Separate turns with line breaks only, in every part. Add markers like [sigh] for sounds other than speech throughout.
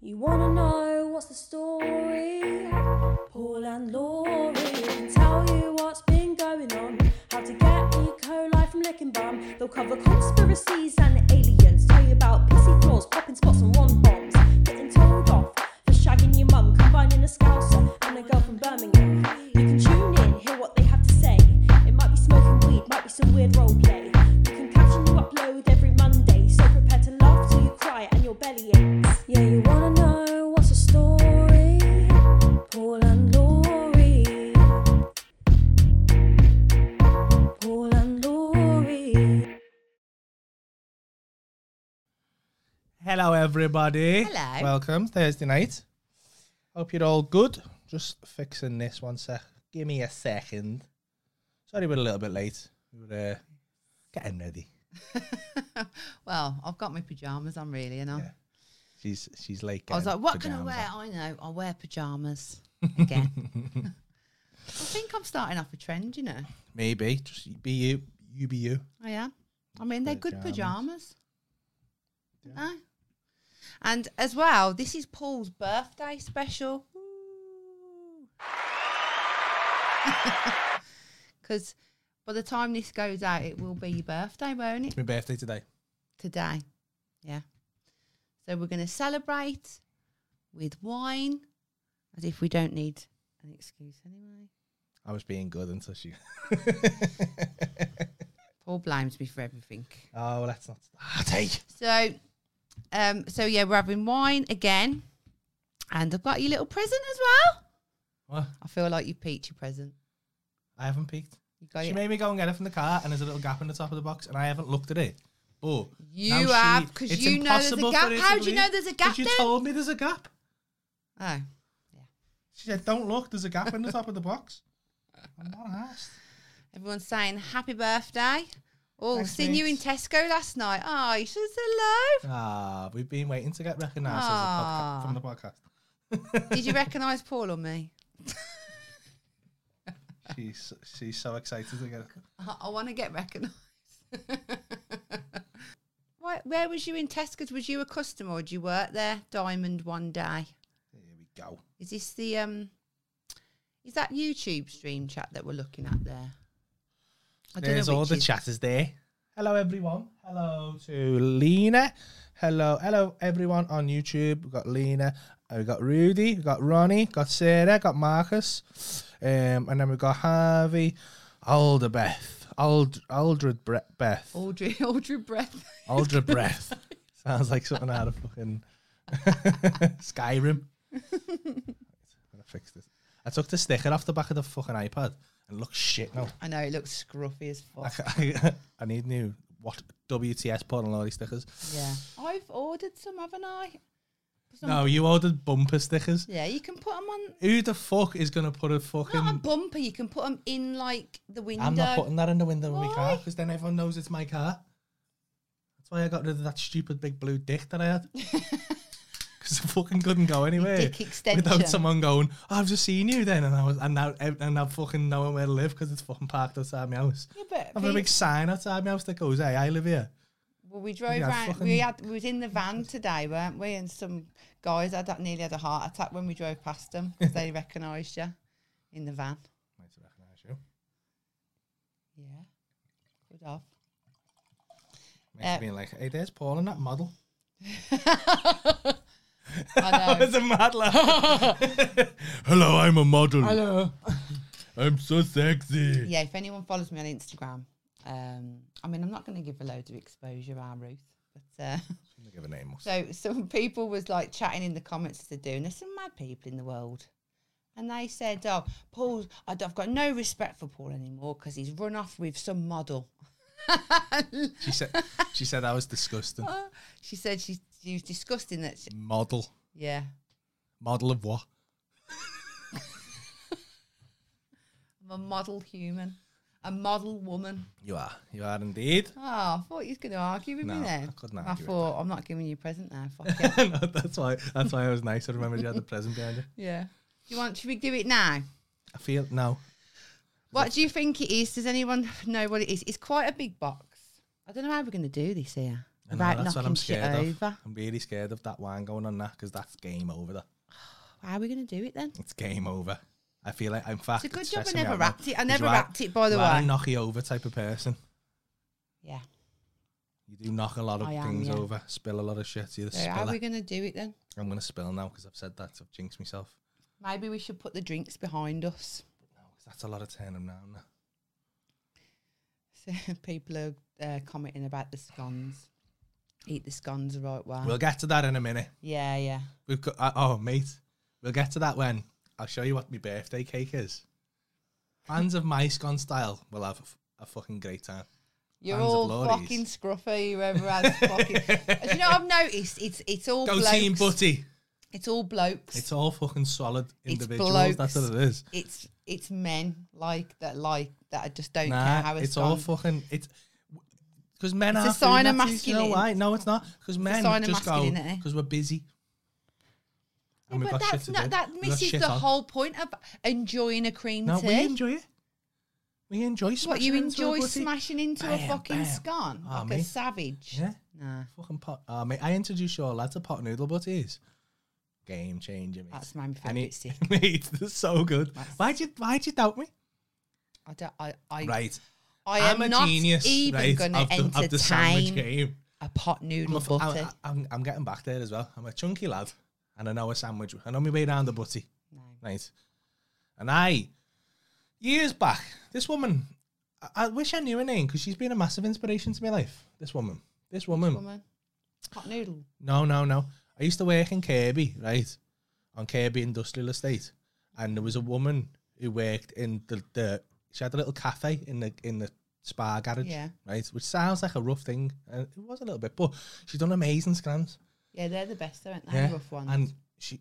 You wanna know what's the story? Paul and Laurie can tell you what's been going on. How to get E. coli from licking bum. They'll cover conspiracies and aliens. Tell you about pissy floors, popping spots and one bombs. Getting told off for shagging your mum, combining a scouser and a girl from Birmingham. You can tune in, hear what they have to say. It might be smoking weed, might be some weird role play. You can catch a new upload every Monday, so prepare to laugh till you cry and your belly aches. Yeah, you wanna know what's the story? Paul and Laurie. Paul and Laurie.
Hello, everybody.
Hello.
Welcome Thursday night. Hope you're all good. Just fixing this one sec. Give me a second. Sorry, we're a little bit late. We were uh, getting ready.
well, I've got my pajamas on really, and I'm,
Yeah, She's she's um, late.
I was
getting
like, what can I
pajamas
wear?
on.
I know, I'll wear
[laughs]
pajamas again. I think I'm starting off a trend, you know.
Maybe just be you. You be you.
I am. I mean, they're good
Pajamas.
pajamas. No? And as well, this is Paul's birthday special. [laughs] Because by the time this goes out, it will be your birthday, won't it?
It's my birthday today.
today. Yeah. So we're going to celebrate with wine, as if we don't need an excuse anyway.
I was being good until she. [laughs]
Paul blames me for everything.
Oh, well, that's not. Ah, take.
So, um, so yeah, we're having wine again, and I've got your little present as well.
What?
I feel like you peachy present.
I haven't peeked.
You got
She
it.
made me go and get it from the car, and there's a little gap in the top of the box, and I haven't looked at it. Oh,
You
now she-
have, 'cause
it's
you know there's a
impossible
gap.
for her to
How do you
believe,
know there's a
'cause
gap
You
then?
told me there's a gap.
Oh,
She said, "Don't look. There's a gap in the top of the box." I'm not asked.
everyone's saying happy birthday. Oh,
Thanks,
seen you in
mates.
Tesco last night. Oh, you should
[laughs]
hello.
Ah, we've been waiting to get recognised as a
Ah.
podca- from the podcast.
Did you recognise Paul or me?
She's she's so excited to get it.
I, I want to get recognised. [laughs] Why- Where was you in Tesco's? Was you a customer or did you work there? Diamond one day.
Here we go.
Is this the um? Is that YouTube stream chat that we're looking at there? I don't know
There's all
which
the
is-
chatters there. Hello, everyone. Hello to Lena. Hello, hello, everyone on YouTube. We've got Lena, uh, we've got Rudy, we've got Ronnie, got Sarah, got Marcus, um, and then we've got Harvey, Alder Beth, Ald- Aldred Bre- Beth,
Audrey [laughs] Audrey Breath. [laughs]
Aldred Breath. Sounds like something out of fucking [laughs] Skyrim.
[laughs]
Gotta fix this. I took the sticker off the back of the fucking iPad and looks shit now.
I know it looks scruffy as
I,
fuck.
[laughs] I, I need new what WTS Paul and Laurie stickers.
yeah, I've ordered some, haven't I? Some-
No, you ordered bumper stickers.
Yeah, you can put them on.
Who the fuck is gonna put a fucking?
Not a bumper. You can put them in like the window.
I'm not putting that in the window of my car
Why?
because then everyone knows it's my car. That's why I got rid of that stupid big blue dick that I
[laughs]
had. Because I fucking couldn't go anywhere
dick extension.
without someone going, oh, "I've just seen you then," and I was, and now, and now fucking knowing where to live because it's fucking parked outside my house.
Yeah, but
I've got a
pe-
big sign outside my house that goes, "Hey, I live here."
Well, we drove
Yeah,
round.
fucking-
We had we was in the van today, weren't we? And some guys had that nearly had a heart attack when we drove past them
[laughs]
because they recognised you in the van.
Might recognise you.
Yeah, good off.
[laughs] Makes
Uh,
me like, hey, there's Paul and that model.
I know.
a mad laugh.
[laughs]
Hello, I'm a model.
Hello.
I'm so sexy.
Yeah, if anyone follows me on Instagram, um, I mean, I'm not going to give her loads of exposure, our Ruth, but. Uh, [laughs]
Give a name. or something.
So some people was like chatting in the comments to do, and there's some mad people in the world. And they said, "Oh, Paul, I d- I've got no respect for Paul anymore because he's run off with some model."
She said, she said I was disgusting.
she said she, she was disgusting that. She,
Model,
yeah,
model of what?
I'm a model human, a model woman.
You are, you are indeed.
Oh, I thought you was going to argue with
No,
me there.
I couldn't
I
argue with
thought I'm not giving you a present now. Fuck [laughs] it.
[laughs] No, that's why. That's why I was nice. I remembered you had the present behind you.
yeah. Do you want? Should we do it now?
I feel no.
What do you think it is? Does anyone know what it is? It's quite a big box. I don't know how we're going to do this here.
I know,
about
that's what
knocking
I'm
shit
scared of.
over.
I'm really scared of that wine going on now because that's game over. That
How are we going to do it then?
it's game over. I feel like I'm fact.
It's a good job I
stressing me
never
out now.
wrapped it. I
'Cause
never
you are-
wrapped it, by the
you are
way.
a knocky over type of person.
Yeah.
You do knock a lot of
I am,
things
yeah.
over, spill a lot of shit. You're the
So how are
spiller.
we going to do it then?
I'm gonna spill now because I've said that. I've jinxed myself.
Maybe we should put the drinks behind us.
No, Oh, 'cause that's a lot of turning around. now.
So [laughs] people are uh, commenting about the scones. Eat the scones the right way.
We'll get to that in a minute.
yeah, yeah.
We've got. Uh, oh, mate, we'll get to that when I'll show you what my birthday cake is. Fans of my scone style will have a f- a fucking great time.
You're
Fans of
all
lorries.
fucking scruffy, whoever
[laughs]
has fucking. Do you know, I've noticed it's it's all
Go
blokes.
team, butty.
It's all blokes.
It's all fucking solid
It's
individuals. That's what it is.
it's it's men like that like that I just don't care
Nah,
how it's,
it's all
done.
fucking. It's because men
It's
are
a sign of
food nazis, You know
masculine.
why? No, it's not. Because men
sign of
just go
masculinity.
because we're busy. And we've
but
got Oh shit
that's
to
not
do.
that
We've got
misses
shit
the
on.
whole point of enjoying a cream
No,
tea.
we enjoy it. We enjoy smashing
what you
into a
enjoy
butty.
smashing into a
Bam,
fucking
bam.
scone
Ah,
like a
mate.
savage.
Yeah.
Nah,
Fucking pot. Oh, mate, I introduced your lad to pot noodle butties. Game changer, mate.
that's my
And
favourite
it-
sick.
[laughs] mate, they're so good.
That's-
Why'd you, why'd you doubt me?
I don't. I. I,
Right.
I am
a
not
genius,
even
right,
going to
of the, of the sandwich
entertain
game.
a pot noodle
I'm, a-
butty.
I'm, I'm, I'm getting back there as well. I'm a chunky lad and I know a sandwich. I know my way around the butty.
no.
Right. And I, years back, this woman, I, I wish I knew her name because she's been a massive inspiration to my life. This woman. This woman.
Woman. Pot noodle.
No, no, no. I used to work in Kirby, right? On Kirby Industrial Estate. And there was a woman who worked in the, the she had a little cafe in the in the spa garage.
Yeah.
Right? Which sounds like a rough thing. And it was a little bit, but she's done amazing scrams.
Yeah, they're the best, aren't they?
Yeah.
Rough ones.
And she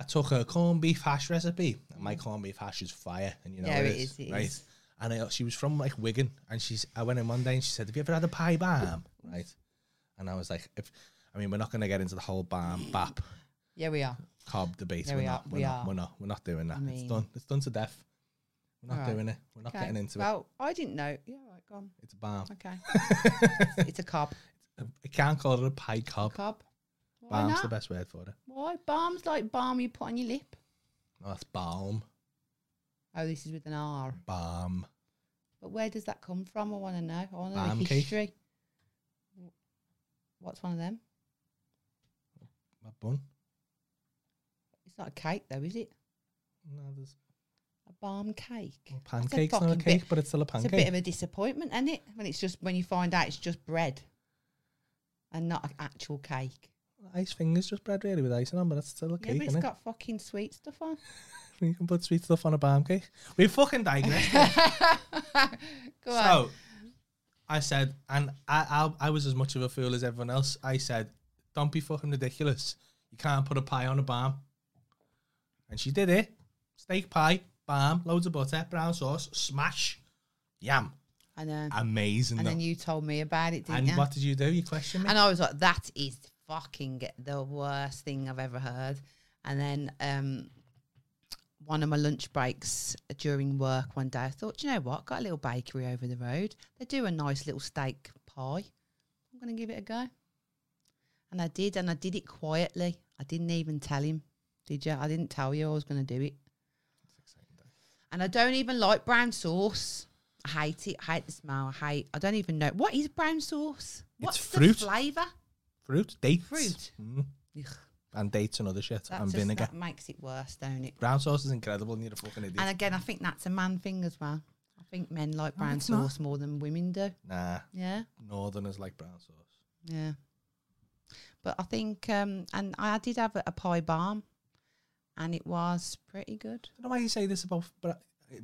I took her corned beef hash recipe. And my corned beef hash is fire. And you know
Yeah,
it
it
is.
is, it
right.
is.
And I, she was from like Wigan and she's I went in one day and she said, Have you ever had a pie balm? Right. And I was like, if I mean we're not gonna get into the whole
[laughs]
balm bap
yeah, we are.
Cobb debate.
Yeah,
we're
we
not,
are-
We're
we
not,
are.
We're not. We're not doing that.
I
it's
mean-
done. It's done to death. We're not
Alright.
doing it. We're not
Okay.
getting into it.
well, I didn't know. Yeah, right, go on.
It's a bomb.
Okay. it's a cob.
[laughs] I can't call it a pie cob.
Cob. Why
Balm's
not?
the best word for it.
Why? Balm's like balm you put on your lip.
No, that's balm.
Oh, this is with an R.
Balm.
But where does that come from? I want to know. I want to know
Balm
the
cake.
history. Wh- What's one of them?
My bun.
It's not a cake, though, is it?
No, there's
A balm cake.
well,
That's a
pancakes. Not a
fucking
cake,
bit-
but it's still a
It's a
pancake.
bit of a disappointment, isn't it? When it's just when you find out it's just bread and not an actual cake.
Ice fingers, just bread really with icing on, but it's still a
yeah,
cake,
but it's
innit?
got fucking sweet stuff
[laughs]
on.
You can put sweet stuff on a balm cake. We fucking digress.
[laughs] go on.
so, I said, and I, I, I was as much of a fool as everyone else. I said, don't be fucking ridiculous. You can't put a pie on a balm. And she did it. Steak pie, balm, loads of butter, brown sauce, smash, yam.
I know.
Amazing.
And
though.
then you told me about it, didn't
And
you?
what did you do? You questioned me?
And I was like, that is fucking the worst thing I've ever heard. And then um, one of my lunch breaks during work one day, I thought, "Do you know what? Got a little bakery over the road. They do a nice little steak pie. I'm going to give it a go. And I did, and I did it quietly. I didn't even tell him, did you? I didn't tell you I was going to do it. And I don't even like brown sauce. I hate it. I hate the smell. I hate. I don't even know what is brown sauce. What's
fruit.
the flavour?
Fruit, dates.
Fruit.
Mm.
Ugh,
And dates and other shit.
that
and
just-
vinegar.
That makes it worse, don't it?
Brown sauce is incredible and you're a fucking idiot.
And again, I think that's a man thing as well. I think men like brown
it's not.
sauce more than women do.
nah,
Yeah,
northerners like brown sauce.
yeah. But I think, um, and I did have a, a pie balm, and it was pretty good.
I don't know why you say this about bra-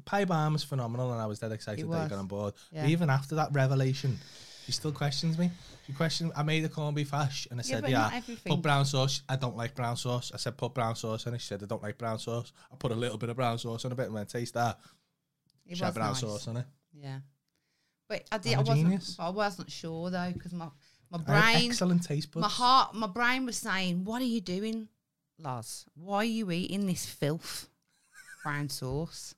Pie Balm is phenomenal, and I was dead excited
It
that you
was.
got on board. But
Yeah.
even after that revelation, she still questions me. She questioned. I made the corned beef hash, and I
Yeah,
said,
but
"Yeah,
not everything-
put brown sauce. I don't like brown sauce." I said, "Put brown sauce," and she said, "I don't like brown sauce." I put a little bit of brown sauce on a bit, and went, "Taste that."
It
she had
was
brown
nice.
sauce on it.
Yeah, but I did.
I'm
I
a
wasn't.
genius.
I wasn't sure though because my
I
my
had
brain,
excellent taste buds.
my heart, my brain was saying, "What are you doing, Lars? Why are you eating this filth, brown sauce?"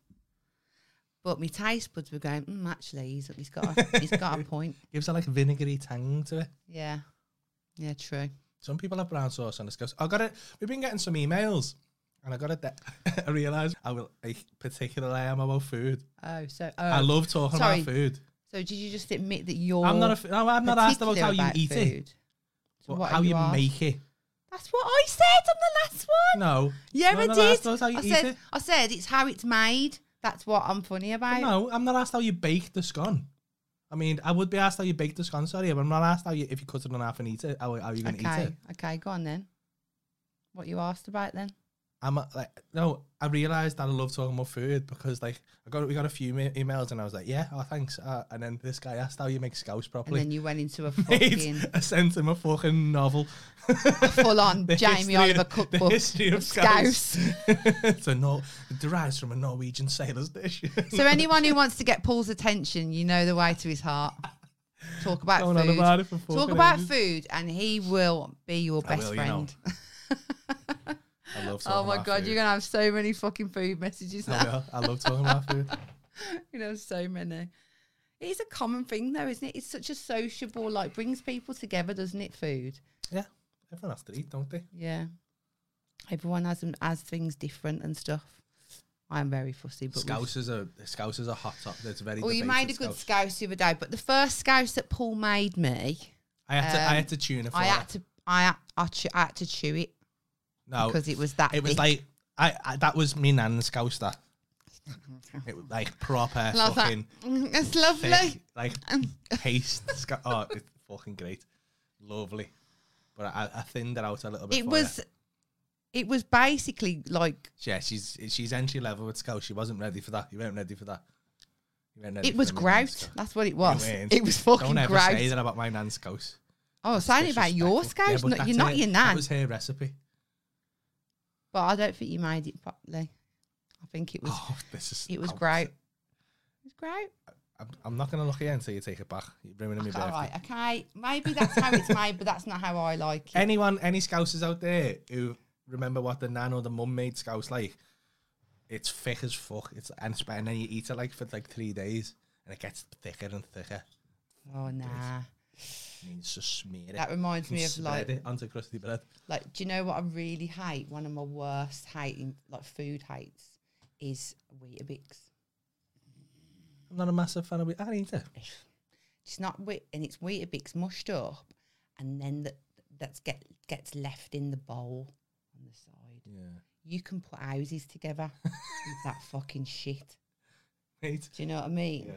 But my taste buds
[laughs]
were going, mm, "Actually, he's, he's got a, he's got a point."
gives it like vinegary tang to it.
Yeah, Yeah, true.
Some people have brown sauce on this. Goes, I got it. We've been getting some emails, and I got it. That [laughs] I realised I will I particularly am about food.
Oh, so
I
oh,
love talking
Sorry.
about food.
so did you just admit that you're?
I'm not. A, f- no, I'm not asked about how
particular
you eat it,
food? So
but
what
how
are
you,
asked?
make it.
That's what I said on the last one.
No.
Yeah,
no,
I
I'm not
did.
asked about how you
I
eat
said,
it.
I said it's how it's made. That's what I'm funny about.
No, I'm not asked how you bake the scone. I mean, I would be asked how you bake the scone, sorry, but I'm not asked how you if you cut it in half and eat it. How, how are you going to eat
okay,
it?
okay, go on then. What you asked about then?
I'm uh, like, no, I realized that I love talking about food because like I got we got a few ma- emails and I was like, yeah, oh thanks. Uh, and then this guy asked how you make scouse
And
properly.
then you went
[laughs]
into a
Mate,
fucking
I sent him a fucking novel. [laughs]
full on
The
Jamie
history
Oliver
of-
cookbook
The history
of scouse.
[laughs] so no, it derives from a Norwegian sailor's dish. [laughs]
so anyone who wants to get Paul's attention, you know the way to his heart. Talk about
Going on
food.
about it for
Talk
fucking
about
ages.
food, and he will be your
I
best
will, you know.
friend.
I love talking
Oh my
about
god,
food.
you're gonna have so many fucking food messages
I
now.
will. Oh, I love talking about food. [laughs]
you know, so many. It is a common thing though, isn't it? It's such a sociable, like brings people together, doesn't it? Food.
Yeah, everyone has to eat, don't they?
Yeah. Everyone has them- has things different and stuff. I'm very fussy, but we've-
Scouse is a scouse is a hot top. That's very.
Well, you
debated,
made a good
Scouse.
scouse the other day, but the first scouse that Paul made me,
I had to. I
Um,
had to tune it. For
I
it.
had to, I, had- I, chew, I had to chew it
No,
because it was that.
Oh, it was
thick.
like I, I. That was me nan's scouse. That. It was like proper
And I was like,
fucking
[laughs] "Mm, it's
thick,
lovely.
like
um,
paste. sca- oh, it's fucking great, lovely. But I, I thinned it out a little bit.
It
for
was,
her.
it was basically like
Yeah, she's she's entry level with scouse. She wasn't ready for that. You weren't ready for that. You weren't ready
it
for
was
the mini nan's
grout.
scouse.
That's what it was.
weren't.
It was fucking
Don't ever
grout.
say that about my nan's scouse.
Oh, it's only about your
Disrespectful. Yeah,
scouse.
but
not,
that's
you're not
her-
your
That
nan.
was her recipe.
but I don't think you made it properly. I think it was,
Oh, this is.
it was
oh,
grout. It was grout.
I'm, I'm not gonna look at you until you take it back. You're ruining my
Okay,
birthday.
all right, okay. Maybe that's how it's made, but that's not how I
[laughs]
like it.
Anyone, any scousers out there who remember what the nan or the mum made scouse like? It's thick as fuck. It's and, it's- and then you eat it like for like three days, and it gets thicker and thicker.
oh, nah.
And you just smear it.
That reminds
and
me of
spread
like,
it onto crusty bread.
like, do you know what I really hate? One of my worst hating, like, food hates is Weetabix.
I'm not a massive fan of it. I eat it.
It's not wheat, and it's Weetabix mushed up, and then that that's get gets left in the bowl on the side.
[laughs] Yeah,
You can put houses together [laughs] with that fucking shit.
mate.
Do you know what I mean?
Yeah.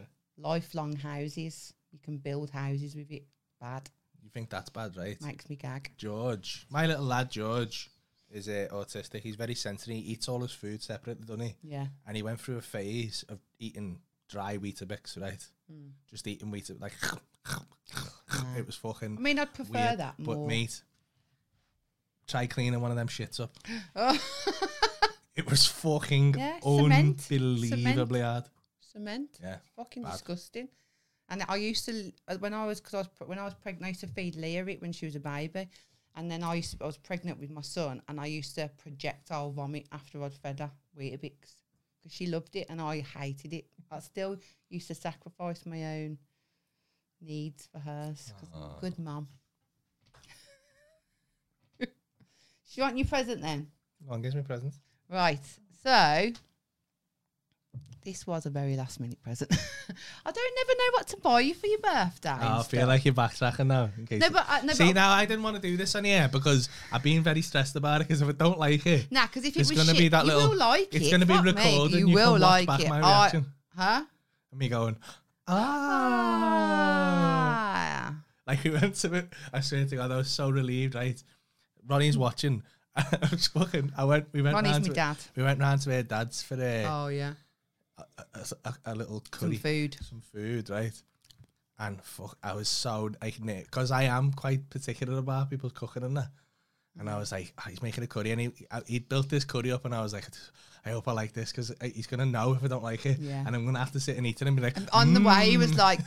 Lifelong houses. You can build houses with it. Bad.
You think that's bad, right?
Makes me gag.
George, my little lad George, is uh, autistic. He's very sensitive. He eats all his food separately, doesn't he?
Yeah.
And he went through a phase of eating dry Weetabix, right?
Mm.
Just eating Weetabix, like it was fucking.
I mean, I'd prefer
weird,
that
but
more.
mate, try cleaning one of them shits up. it was fucking
Yeah, cement.
unbelievably hard.
[laughs] Cement.
Yeah,
Fucking
Bad.
disgusting. And I used to uh, when I was because I was pre- when I was pregnant, I used to feed Leah it when she was a baby, and then I used to, I was pregnant with my son, and I used to projectile vomit after I'd fed her Weetabix because she loved it and I hated it. I still used to sacrifice my own needs for hers because I'm a good mum. [laughs] Do you want your present then?
Go on, gives me presents.
Right. So this was a very last minute present. [laughs] I don't never know what to buy you for your birthday. and
Oh, I
stuff.
feel like you're backtracking now. in case
No,
you-
but I- no,
see
but-
now I didn't want to do this on here because I've been very stressed about it. Because if I don't like it,
Nah, because if it
it's
was
going to
shit,
be that
you
little.
will like it.
it's going to be
Fuck me,
recorded.
You,
and you
will
can
like
watch back
it.
my
I-
reaction.
huh?
and me going, ah.
Ah.
Like we went to it. I swear to God, I was so relieved. Right, Ronnie's watching. [laughs] I was fucking. I went. We went.
Ronnie's
round
my
to,
dad.
We went round to her dad's for uh,
Oh yeah.
a, a, a little
Some
curry,
food.
some food, right? And fuck, I was so like, because I am quite particular about people cooking and that. And I was like, "Ah, he's making a curry, and he I- he built this curry up, and I was like, I hope I like this because he's gonna know if I don't like it,
Yeah.
and I'm gonna have to sit and eat it and be like,
On the way, he was
"Mm."
like,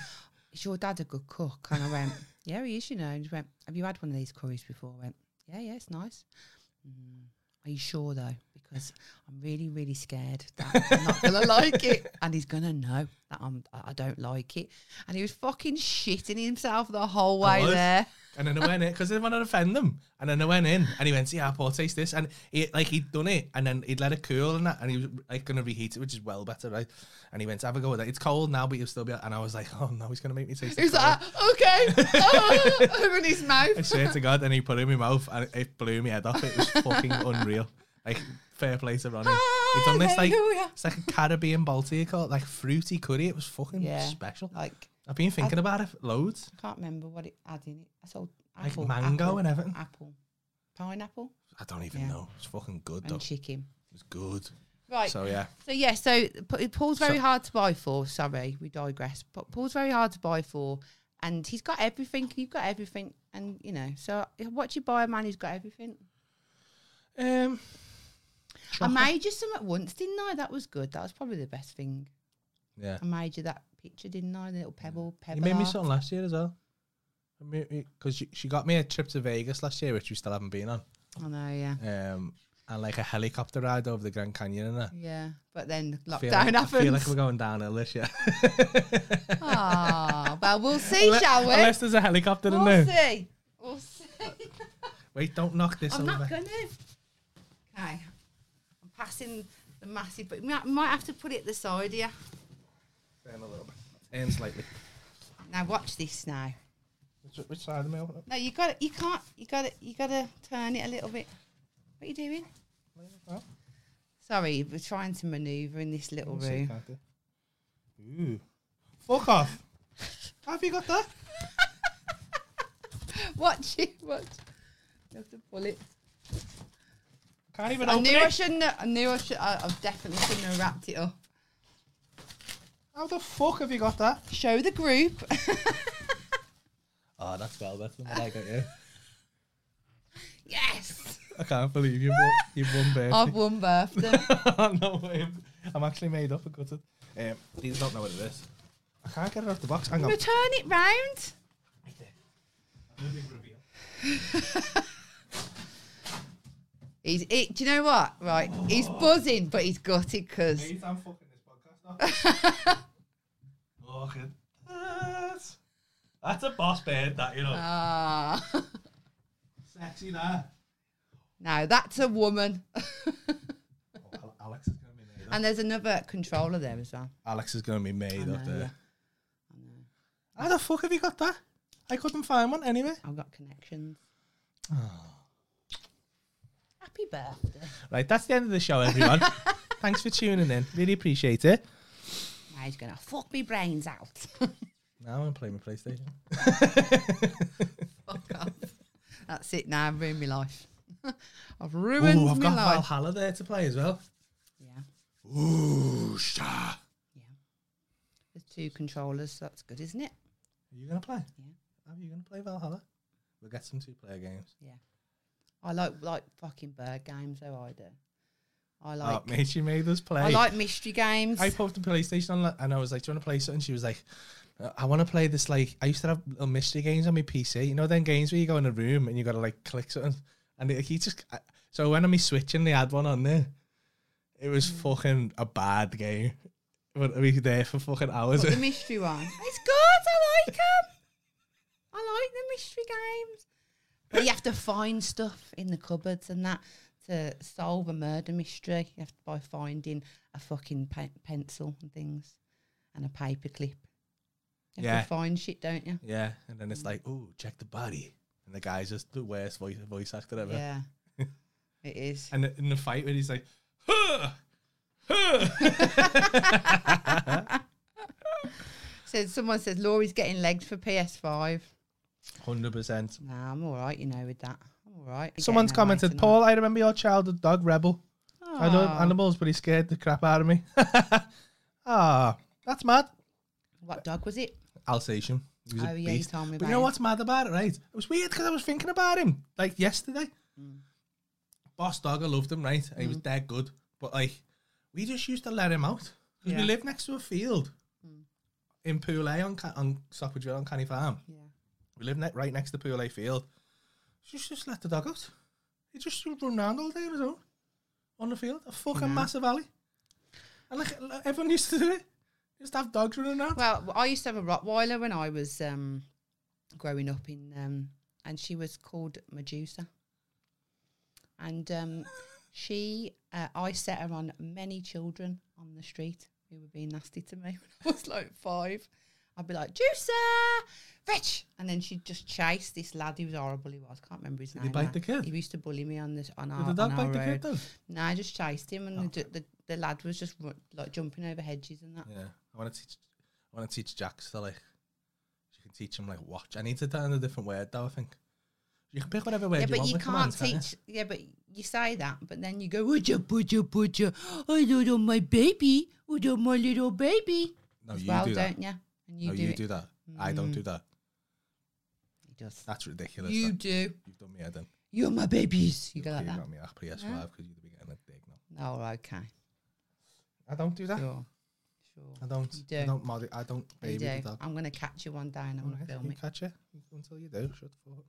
"Is your dad a good cook?" And I went, "Yeah, he is, you know." And he went, "Have you had one of these curries before?" I went, "Yeah, yeah, it's nice." Mm, Are you sure though? because I'm really, really scared that I'm not
[laughs]
gonna like it, and he's gonna know that I'm I I don't like it, and he was fucking shitting himself the whole
I
way
was.
there.
And then I went in because I didn't want to offend them. And then I went in and he went, "See, I poor taste this." And he like he'd done it, and then he'd let it cool and that, and he was like going to reheat it, which is well better, right? And he went, "Have a go with it. It's cold now, but you'll still be." able-" And I was like, "Oh no, he's going to make me taste." it
He was
cold."
like, okay, [laughs] oh, in his mouth.
I [laughs] swear to God, and he put it in my mouth, and it blew my head off. It was fucking unreal. Like fair play to Ronnie. He's done this like
Hallelujah.
it's like a Caribbean Baltic or like fruity curry. It was fucking
Yeah.
special.
Like
I've been thinking about it loads.
I can't remember what it had in it. I sold
Like
apple,
mango
apple,
and everything?
apple, pineapple,
I don't even
Yeah.
know. It's fucking good though.
and
It
chicken.
was good.
Right.
So yeah.
So yeah, so P- Paul's very
So-
hard to buy for. Sorry, we digress. But Paul's very hard to buy for, and he's got everything. You've got everything, and you know. So what do you buy a man who's got everything?
Um,
I made you some at once, didn't I? That was good. That was probably the best thing.
yeah.
I made you that picture, didn't I? The little pebble, pebble.
You made me
art.
something last year as well. Because she, she got me a trip to Vegas last year, which we still haven't been on.
I know, yeah,
Um, and like a helicopter ride over the Grand Canyon and that.
yeah. But then
I feel
lockdown
like- I feel like we're
happened.
going downhill this year.
Ah, well,
[laughs]
we'll see,
Unle-
shall we?
Unless there's a helicopter in
We'll
there.
see. We'll see.
Wait, don't knock this
I'm
over.
not gonna. Okay, I'm passing the massive, but we might, might have to put it at the side here.
Turn a little bit. Turn slightly.
Now watch this. Now,
Which, which side am I opening?
no, you got to You can't. You got to You got to turn it a little bit. What are you doing?
Oh,
Sorry, we're trying to manoeuvre in this little
so you
room.
can't do- Ooh. Fuck off. How have you got that?
[laughs] Watch it. Watch. You have to pull it.
Can't even
I
open
knew I
it.
shouldn't. Have, I knew I should. I, I definitely shouldn't have wrapped it up.
How the fuck have you got that?
Show the group. [laughs]
Oh, that's well better than what I got you.
yes,
I can't believe you won, you
[laughs]
won [laughs]
I've
birthday.
won birthday.
[laughs] no way. um, I'm actually made up and gutted. Um, these don't know what it is. I can't get it off the box. Hang on. [laughs]
[laughs] Return it round. He's, he, do you know what? Right, he's buzzing, but he's gutted because
I'm fucking this podcast up. Fucking. That's, that's a boss band, that, you know.
[laughs] ah, [laughs]
Sexy now.
now that's a woman.
Oh, Alex is going to be made up.
and there's another controller there as well.
Alex is going to be made
I
up
know,
there.
yeah.
How the fuck have you got that? I couldn't find one anyway.
I've got connections. [sighs] Happy birthday!
Right, that's the end of the show,
[laughs]
everyone. Thanks for tuning in. Really appreciate it.
Now he's gonna fuck me brains out. [laughs]
Now I'm going to play my PlayStation.
Fuck off. That's it. Now I've ruined my life. [laughs] I've
Ooh,
ruined
I've
my
got
life.
Valhalla there to play as well.
Yeah,
Ooh, sha. Are
there's two controllers. So that's good, isn't it?
you going to play?
Yeah.
Are you going to play Valhalla? We'll get some two-player games.
I like like fucking bird games, though I do. I like
oh, mate, she made us play.
I like mystery games.
I popped the PlayStation on like, and I was like, "Do you want to play something?" She was like, "Uh, "I want to play this." Like, I used to have little mystery games on my PC. You know, then games where you go in a room and you got to like click something, and it, he just. I, so when on my Switch and they had one on there, it was
Mm.
fucking a bad game. But we were there for fucking
But
hours. [laughs]
the mystery one. It's good. I like them. I like the mystery games. But you have to find stuff in the cupboards and that to solve a murder mystery. You have to by finding a fucking pe- pencil and things and a paper clip. You have
Yeah.
to find shit, don't you?
yeah, and then
Mm.
it's like, "Oh, check the body," and the guy's just the worst voice voice actor ever.
Yeah.
[laughs]
it is.
And in the fight when he's like, "Huh, huh."
So someone says Laurie's getting legs for PS5.
hundred percent.
Nah, I'm all right, you know, with that. I'm all right.
Someone's
Getting that way
commented,
tonight.
Paul, I remember your childhood dog, Rebel. I love
Aw.
animals, but he scared the crap out of me. [laughs] Ah, that's mad.
What dog was it?
Alsatian. He was
Oh,
a
yeah, you
beast.
told me
but
about
you know
him.
what's mad about it, right? It was weird because I was thinking about him like yesterday.
Mm.
Boss dog, I loved him, right? He was dead good. But like, we just used to let him out because
Yeah. Mm.
we lived next to a field in Poulet on, Ca- on Stockbridgeville on Canny Farm.
Yeah.
We live ne- right next to Poulet Field. She just let the dog out. He just run around all day on his own. on the field. A fucking
Fucking hell.
massive alley. And like, like, everyone used to do it. Used to have dogs running around.
Well, I used to have a Rottweiler when I was um, growing up in, um, and she was called Medusa. And um, she, uh, I set her on many children on the street who were being nasty to me [laughs] when I was like five. I'd be like, Juicer, fetch, and then she'd just chase this lad who was horrible. He was, can't remember his
Did
name.
he bite
now.
the kid?
He used to bully me on this on
Did
our,
the dog
on our
bite
road.
the kid though?
No, I just chased him, and
Oh.
the, the the lad was just ru- like jumping over hedges and that.
Yeah, I want to teach. I want to teach Jax to like. You can teach him like watch. I need to learn a different word though. I think you can pick whatever word.
Yeah,
you
but
want
you
with the
can't
man,
teach. Yeah, but you say that, but then you go, "Oh, would you, would you, would you? I don't know my baby. I don't my little baby.
No,
As
you
well,
do that.
don't Oh, you? And you
no,
do
you
it.
do that. I don't do that.
He does.
That's ridiculous.
You
that.
do.
You've done me, I done.
You're my babies. You go like
you
that.
got me up PS5 because you'd be getting a dig now.
Oh, okay.
I don't do that.
Sure. Sure.
I don't.
You
I
do.
don't. Mod- I don't
You
baby
do.
the dog.
I'm going to catch you one day and I'm going
Alright,
to film
you
it.
catch it until you do. Shut the fuck up.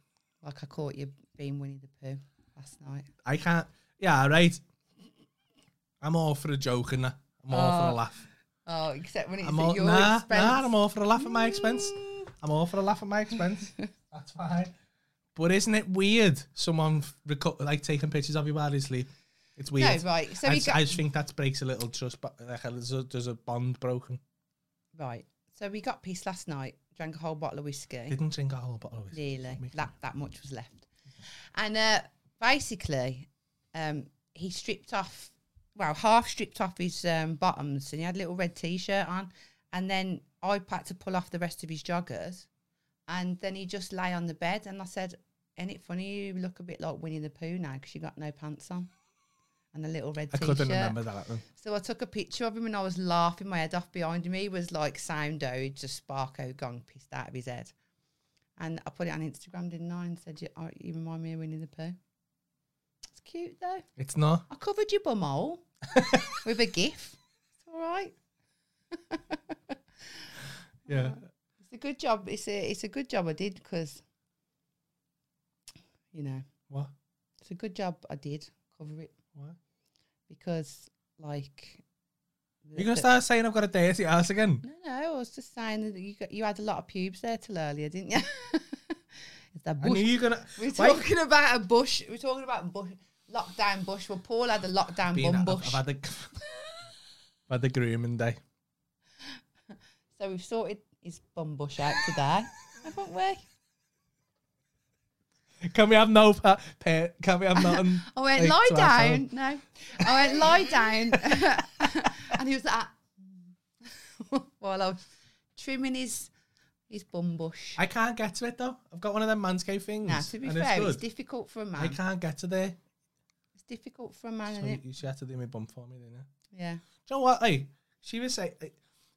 Like I caught you being Winnie the Pooh last night.
I can't. Yeah, all right. I'm all for a joke and that. I'm all for a
Oh,
laugh.
Oh, except when it's
I'm
at
all,
your
nah,
expense. Mm.
nah, I'm all for a laugh at my expense. I'm all for a laugh at my
[laughs]
expense. That's fine. But isn't it weird? Someone f- reco- like taking pictures of you while you sleep. It's
No,
weird.
right. So
I,
we
s-
go.
I just think that breaks a little trust. But like a, there's, a, there's a bond broken.
Right. So we got peace last night, drank a whole bottle of whiskey.
Didn't drink a whole bottle of it.
Really.
make
That, that much was left. And uh, basically, um, he stripped off, well, half stripped off his um, bottoms and he had a little red t shirt on. And then I had to pull off the rest of his joggers. And then he just lay on the bed. And I said, Ain't it funny you look a bit like Winnie the Pooh now because you got no pants on? And a little red
I
t
couldn't
shirt.
remember that. one.
So I took a picture of him and I was laughing my head off behind him. He was like soundo, he'd just sparko gone pissed out of his head. And I put it on Instagram, didn't I? And said, you, oh, you remind me of Winnie the Pooh. It's cute though.
It's not.
I covered your bumhole with a gif. It's all right.
Yeah.
It's a good job. It's a it's a good job I did because, you know,
What?
it's a good job I did cover it
What?
because like the-
You're gonna
the-
start saying I've got a dirty ass again.
No, no, I was just saying that you got, you had a lot of pubes there till earlier, didn't you? [laughs] it's that
I knew
bush.
you're gonna.
We're
Why-
talking about a bush. We're talking about bush, lockdown bush. Well, Paul had a lockdown
Being
bum
I've,
bush.
I've had
[laughs]
the. I've had the grooming day.
so we've sorted his bum bush out
[laughs]
today, haven't we?
Can we have no pa- pa- Can we have
[laughs]
nothing?
I went
like,
lie
to ourselves?
down. No, I went lie down, [laughs] and he was like, while I was trimming his his bum bush.
I can't get to it though. I've got one of them manscape things.
now, to be
and
fair,
it's,
it's,
good.
difficult for a
I
man.
can't get to there.
It's difficult for a man,
So
isn't
you,
it?
you should have to do my bum for me, didn't you?
Yeah.
Do you know what? Hey, she was saying.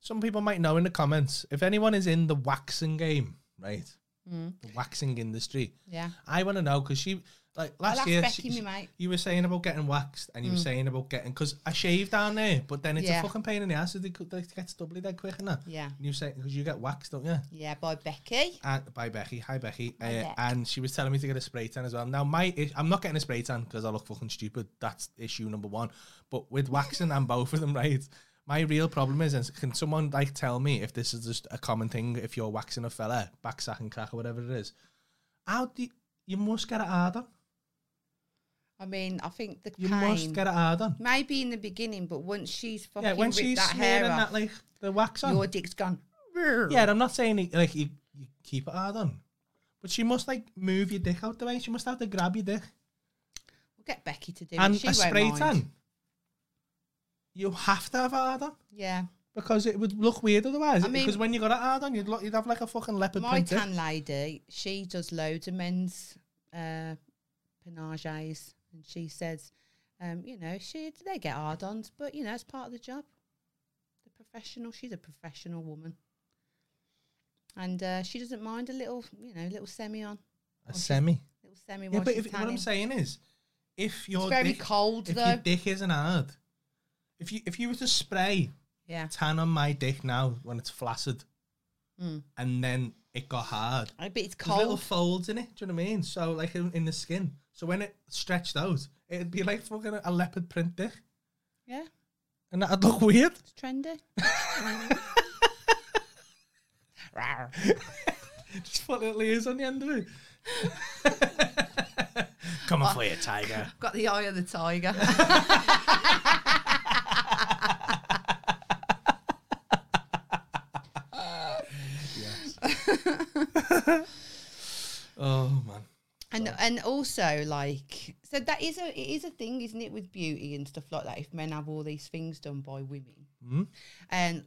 Some people might know in the comments if anyone is in the waxing game, right?
Mm.
The waxing industry.
Yeah.
I want to know because she like
I'll
last
ask
year.
Becky,
she-
me
she-
mate.
you were saying about getting waxed, and you were saying about getting because I shave down there, but then it's
Yeah.
a fucking pain in the ass. So they, could- they get doubly dead quick, and that.
Yeah.
And you say because you get waxed, don't you?
Yeah, by Becky.
and by Becky. Hi Becky.
Hi,
uh,
Beck.
and she was telling me to get a spray tan as well. Now my is- I'm not getting a spray tan because I look fucking stupid. That's issue number one. But with waxing and both of them, [laughs] right? My real problem is, is can someone like tell me if this is just a common thing? If you're waxing a fella, back sack and crack or whatever it is, how do you, you must get it hard on?
I mean, I think the
You
pain.
must get it hard on.
maybe in the beginning, but once she's fucking
Yeah, when
ripped
she's
that hair
smearing
off,
that like the wax on,
your dick's gone.
Yeah, and I'm not saying it- like you, you keep it hard on, but she must like move your dick out the way. She must have to grab your dick
We'll get Becky to do
and
it. She
a
won't
spray
mind.
tan. You have to have it hard on
Yeah,
because it would look weird otherwise.
I mean-
because when you got it hard on, you'd look, you'd have like a fucking leopard
my
print. dick.
tan lady, she does loads of men's uh, penages, and she says, um, you know, she they get hard-ons, but you know, it's part of the job. The professional, she's a professional woman, and uh, she doesn't mind a little, you know, little semi on,
A semi.
little semi.
Yeah,
while
but
she's
if, what I'm
tanning.
saying is, if your
It's very
dick,
cold
if your
though.
dick isn't hard, if you if you were to spray
Yeah.
tan on my dick now when it's flaccid,
Mm.
and then it got hard,
I bet it's
There's little
cold.
folds in it. Do you know what I mean? So like in, in the skin. So when it stretched out, It'd be like fucking a leopard print dick,
Yeah,
and that'd look weird.
it's
[laughs]
trendy. Rawr.
Just put little ears on the end [laughs] of it. Come on for you, tiger.
Got the eye of the tiger.
[laughs] Oh man.
and and also like so that is a it is a thing, isn't it, with beauty and stuff like that? If men have all these things done by women,
Hmm?
and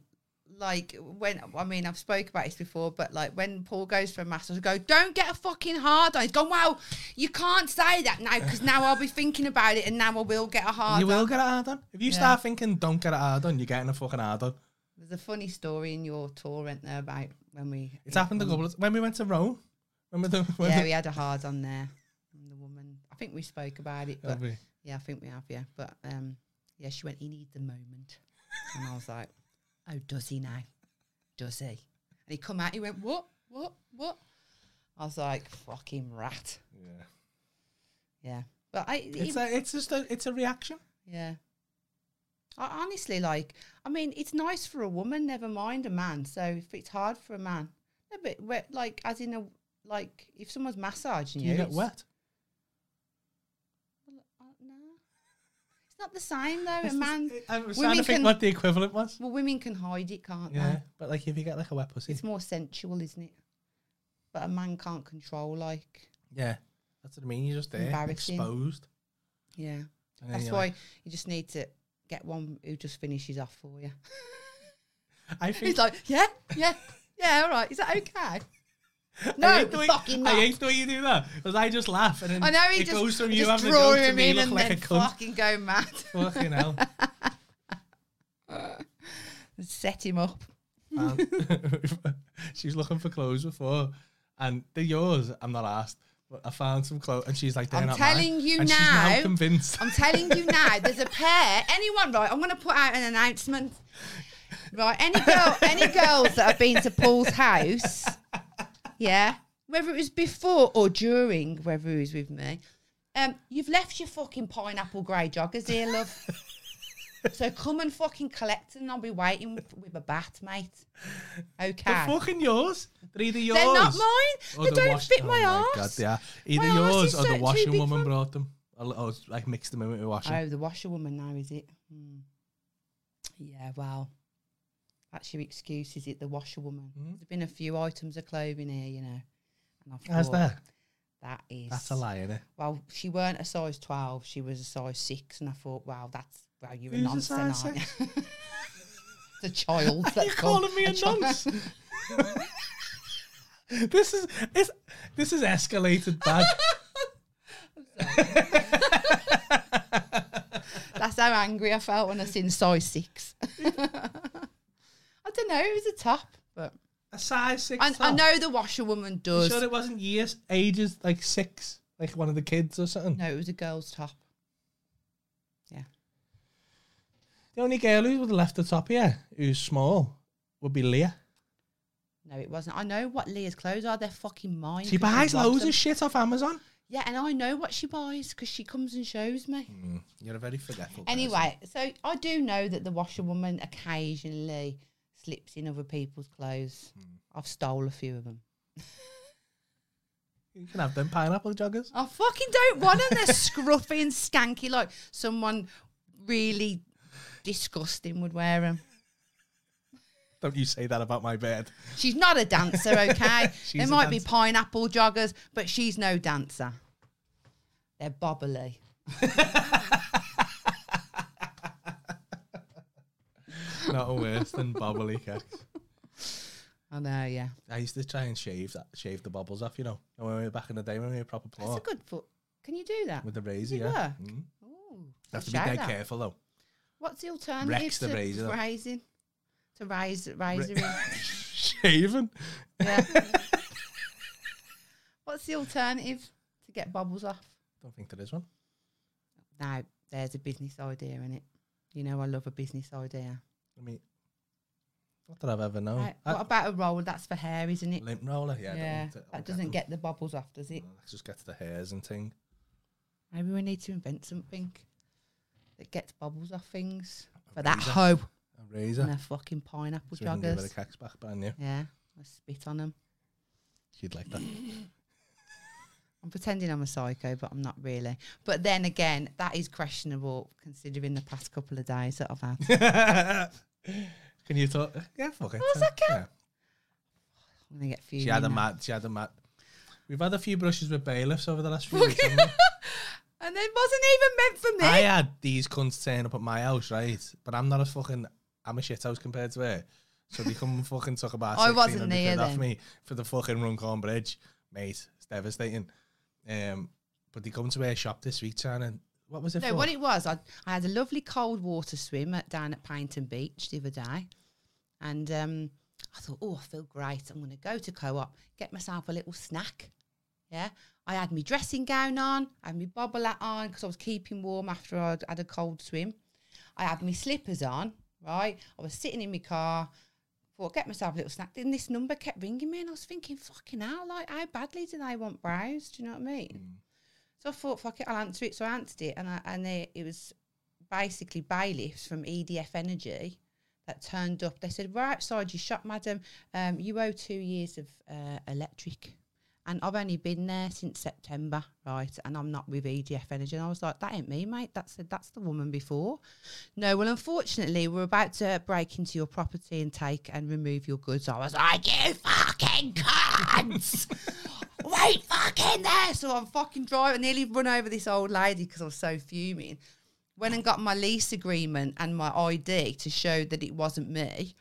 like when I mean I've spoke about this before, but like when Paul goes for a massage, I go don't get a fucking hard on. He's gone. Well, you can't say that now because now I'll be thinking about it, and now I will get a hard.
you
on.
will get a hard on. If you start thinking don't get a hard on, you're getting a fucking hard on.
There's a funny story in your tour, isn't there, about when we
It's happened a couple of when we went to Rome. Remember the when
yeah,
the-
we had a hard on there. And the woman, I think we spoke about it, but
Have we?
yeah, I think we have, yeah. But um, yeah, she went, he needs a moment. And I was like, oh, does he now? Does he? And he come out, he went, what, what, what? I was like, fucking rat.
Yeah.
Yeah. But I, it-
It's a, it's just a it's a reaction.
yeah. I honestly like, I mean, it's nice for a woman, never mind a man. So if it's hard for a man, no, but we're- like, as in a, like, if someone's massaging
Do
you,
you get
it's-
wet?
Well, uh, no. It's not the same though. A
It's just-
man,
I was
women
trying to
can-
think what the equivalent was.
well, women can hide it, can't
Yeah,
they?
but like if you get like a wet pussy,
It's more sensual, isn't it? But a man can't control, like,
yeah, that's what I mean. You're just there,
Embarrassing.
exposed.
yeah.
And then
That's
you're
why
like-
you just need to get one who just finishes off
[laughs]
for you.
I
He's
think
like, yeah, yeah, yeah, all right. Is
[laughs]
that okay?
I
No,
hate the way-
fucking
I
not.
hate the way you do that because I just laugh and then
I know he
it
just,
goes from
I
you
just
having a
draw
go to
him
me
in
look
and
like a
then
cunt.
fucking go mad. [laughs]
Fucking hell.
Set him up.
[laughs] And she was looking for clothes before, and they're yours. I'm not asked, but I found some clothes, and she's like, they're
I'm
not
telling
mine.
you
and she's now
now,
convinced.
I'm telling you now, there's a pair. Anyone, right? I'm going to put out an announcement. Right, any girl, any girls that have been to Paul's house, yeah, whether it was before or during, whether it was with me, um, you've left your fucking pineapple grey joggers here, love. so come and fucking collect them. I'll be waiting with, with a bat, mate.
[laughs] They're
Okay.
fucking yours. They're either yours.
They're not mine.
or
they
the
don't
wash-
fit
oh
my arse.
God, they are. Either
My arse
yours
is
or
so-
the
too
washing
big
woman
for-
brought them. I, I was like mixed them in with washing.
Oh, the washerwoman now, is it? Hmm. Yeah, well, that's your excuse, is it? The washerwoman.
Mm-hmm.
There's been a few items of clothing here, you know. And I
How's
thought,
that?
That is.
That's a lie, innit?
Well, she weren't a size 12, she was a size 6. And I thought, wow, that's, well, you're
Who's
a
a
nonce, then,
size
aren't you? [laughs] the child.
Are [laughs] you
that's called-
calling me a
child-
nonce? [laughs] this is it's, this is escalated bad.
That's how angry I felt when I seen size [laughs] 6. I don't know, it was a top. But
a size six.
I, I
top.
know the washerwoman
You
does.
sure it wasn't years, ages like six, like one of the kids or something.
No, it was a girl's top. Yeah.
The only girl who would have left the top here, who's small, would be Leah.
No, it wasn't. I know what Leah's clothes are. They're fucking mine.
She
'cause
buys
robbed
loads
them.
of shit off Amazon.
Yeah, and I know what she buys because she comes and shows me.
Mm, You're a very forgetful.
Anyway, so I do know that the washerwoman occasionally slips in other people's clothes.
Hmm.
I've stole a few of them.
you can have them pineapple joggers.
I fucking don't want them. They're scruffy and skanky, like someone really disgusting would wear them.
Don't you say that about my bed.
She's not a dancer,
[laughs]
okay?
She's
there
a
might be
dancer.
pineapple joggers, but she's no dancer. They're bobbly.
Not worse than bobbly cakes.
I know, yeah.
I used to try and shave that, shave the bobbles off. You know, And when we were back in the day when we were proper
That's
poor
a good foot. Can you do that?
with the razor.
Does it
Yeah,
work?
Mm.
Ooh,
have to be
shout
dead
out.
careful though.
What's the alternative
Wrecks
to
the razor.
raising? To raise, razor in?
[laughs] Shaving.
yeah. What's the alternative to get bubbles off?
Don't think there is one.
Now, there's a business idea in it. You know, I love a business idea.
I mean, not that I've ever known.
Right,
Oh, I-
what about a roll? That's for hair, isn't it?
Lint roller, yeah. I don't
yeah,
want to- I'll
that doesn't
them.
get the bubbles off, does it?
No, Let's just get to the hairs and thing.
Maybe we need to invent something that gets bubbles off things for that hoe
A razor.
and their fucking pineapple
so we can give her
Nou, joggers.
the cacks back behind you.
Yeah, I spit on them.
She'd like [laughs] that.
I'm pretending I'm a psycho, but I'm not really. But then again, that is questionable considering the past couple of days that I've had.
Can you talk? Yeah, fuck it.
was okay.
Yeah.
I'm gonna get fuming.
She had a
now.
mad. She had a mad. We've had a few brushes with bailiffs over the last few weeks. haven't we?
[laughs] and it wasn't even meant for me.
I had these cunts turn up at my house, right? But I'm not a fucking. I'm a shit house compared to her. So they come and fucking talk about.
[laughs] I wasn't
1600
there
quid off
then.
me for the fucking Runcorn Bridge, mate. It's devastating. Um, but they come to her shop this week, Chan, and what was it
no,
for?
what it was, I, I had a lovely cold water swim at, down at Paynton Beach the other day, and um, I thought, oh, I feel great. I'm going to go to co-op, get myself a little snack. Yeah, I had my dressing gown on, I had my bobble hat on because I was keeping warm after I'd had a cold swim. I had my slippers on. Right, I was sitting in my car. Thought, get myself a little snack. Then this number kept ringing me, and I was thinking, fucking hell, like how badly do they want brows? Do you know what I mean? So I thought, fuck it, I'll answer it. So I answered it, and I, and they, it was basically bailiffs from EDF Energy that turned up. They said, "We're outside your shop, madam. Um, you owe two years of uh, electric." And I've only been there since September, right? And I'm not with EDF Energy. And I was like, that ain't me, mate. That's the, that's the woman before. No, well, unfortunately, we're about to break into your property and take and remove your goods. I was like, you fucking cunts! Wait fucking there! So I'm fucking driving, nearly run over this old lady because I was so fuming. Went and got my lease agreement and my ID to show that it wasn't me.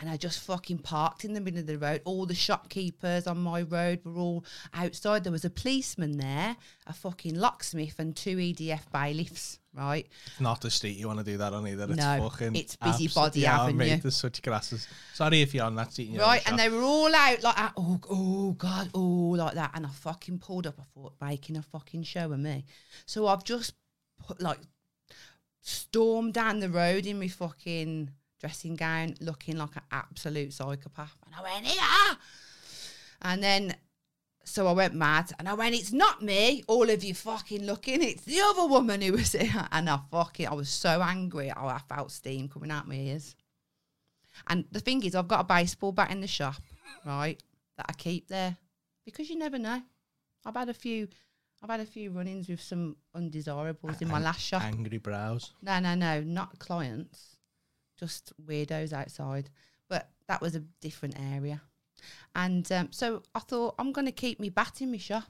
And I just fucking parked in the middle of the road. All the shopkeepers on my road were all outside. There was a policeman there, a fucking locksmith, and two EDF bailiffs, right?
It's not the street you want to do that on either. It's
No,
fucking.
it's busybody
abs- yeah,
avenue.
Mate, there's such grasses. Sorry if you're on that street. and you're in
right?
the
And
shop.
they were all out like, that, oh, oh God, oh, like that. And I fucking pulled up. I thought, making a fucking show of me. So I've just put, like stormed down the road in my fucking dressing gown, looking like an absolute psychopath. And I went, yeah. And then, so I went mad and I went, it's not me, all of you fucking looking, it's the other woman who was here. [laughs] And I fucking, I was so angry, I, I felt steam coming out my ears. And the thing is, I've got a baseball bat in the shop, right, that I keep there because you never know. I've had a few, I've had a few run-ins with some undesirables in my last shop.
angry brows.
No, no, no, not clients, just weirdos outside. But that was a different area. And um, so I thought, I'm going to keep me bat in my shop.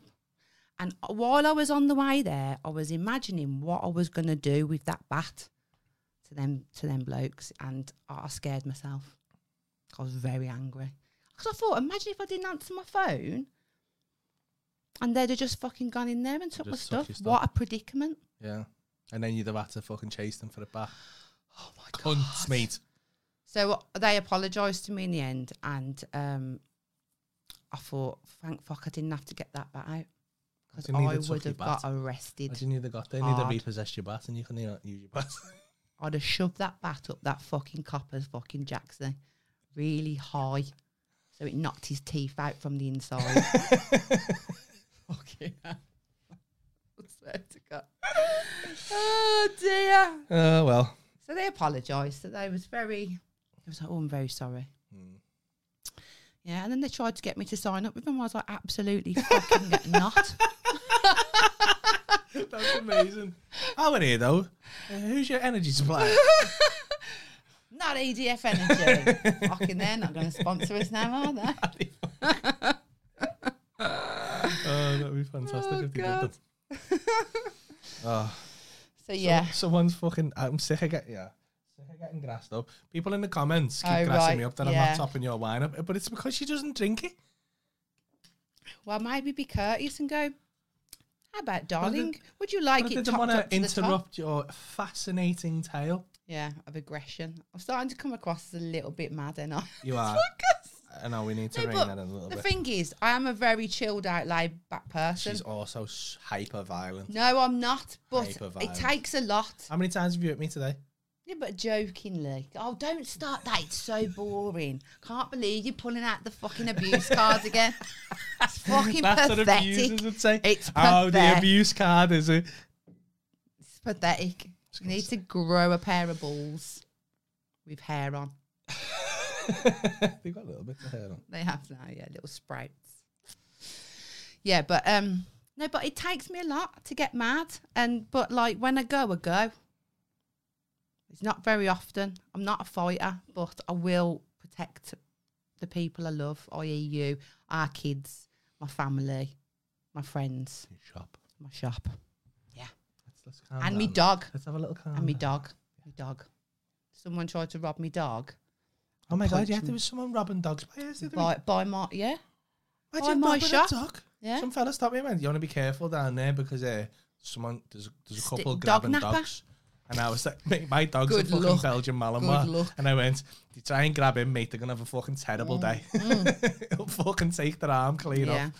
And while I was on the way there, I was imagining what I was going to do with that bat to them to them blokes. And I scared myself. I was very angry. Because I thought, imagine if I didn't answer my phone and they'd have just fucking gone in there and took my
Just took
stuff.
your stuff.
What a predicament.
Yeah. And then you'd have had to fucking chase them for the back.
[sighs] Oh my
Cunts, mate.
So they apologised to me in the end, and um, I thought, thank fuck, I didn't have to get that bat out because
Didn't need
I
to
would
tuck your
have got
bat.
arrested.
Imagine you'd have got there and you'd have
Hard.
repossessed your bat and you couldn't even use your bat. [laughs]
I'd have shoved that bat up that fucking copper's fucking jackson really high, so it knocked his teeth out from
[laughs]
the inside. [laughs] fucking hell. I swear to God. Oh dear.
Oh, well.
So they apologised. So they was very, they was like, oh, I'm very sorry.
Hmm.
Yeah, and then they tried to get me to sign up with them. I was like, absolutely
[laughs]
fucking not.
[laughs] That's amazing. I went here, though. Uh, who's your energy
[laughs]
supplier?
Not
[laughs]
EDF Energy. fucking they're not going to sponsor us now, are they? [laughs]
oh, that'd be fantastic
Oh,
if they did that.
[laughs]
Oh,
So, yeah.
someone's fucking. I'm sick of getting. Yeah. Sick of Getting grassed up. People in the comments keep
Oh,
grassing
right,
me up that
yeah.
I'm not topping your wine up, but it's because she doesn't drink it.
Well, maybe be courteous and go, how about,
I
darling?
didn't-
Would you like
But I
it
didn't
topped
want
up
to
to the top?
interrupt your fascinating tale.
Yeah, of aggression. I'm starting to come across as a little bit mad, and I? [laughs]
You are.
Fuckers.
I know we need to
No,
rein
but
that in a little
the
bit.
thing is, I am a very chilled out, laid back person.
She's also hyper violent.
no, I'm not, but
Hyper
it
violent.
takes a lot.
How many times have you hit me today?
Yeah, but jokingly. Oh, don't start that. It's so boring. Can't believe you're pulling out the fucking abuse
[laughs]
cards again. It's fucking
That's what
pathetic.
abusers would say.
It's
oh, the
pathetic.
abuse card is it? [laughs]
It's pathetic. You need to grow a pair of balls with hair on.
They've got a little bit of hair on.
They have now, yeah, little sprouts. Yeah, but um no, but it takes me a lot to get mad and but like when I go, I go. It's not very often. I'm not a fighter, but I will protect the people I love, i.e. you, our kids, my family, my friends,
Shop.
my shop.
Let's, let's calm
and me
down.
dog.
Let's have a little calm.
and me
down.
dog. Me dog. Someone tried to rob me dog.
Oh my god!
punch
Yeah,
him.
there was someone robbing dogs by us. didn't
By by my yeah.
we?
by my
robbing a
shop.
dog.
Yeah.
Some fella stopped me and went, "You want to be careful down there because uh, someone there's there's a
Stick-
couple
dog
grabbing
napper.
dogs." And I was like, [laughs] mate, my dog's
Good
a fucking
luck.
Belgian
Good
Malinois.
luck. Mm.
And I went, you try and grab him, mate, they're going to have a fucking terrible day. [laughs] He'll fucking take their arm clean off.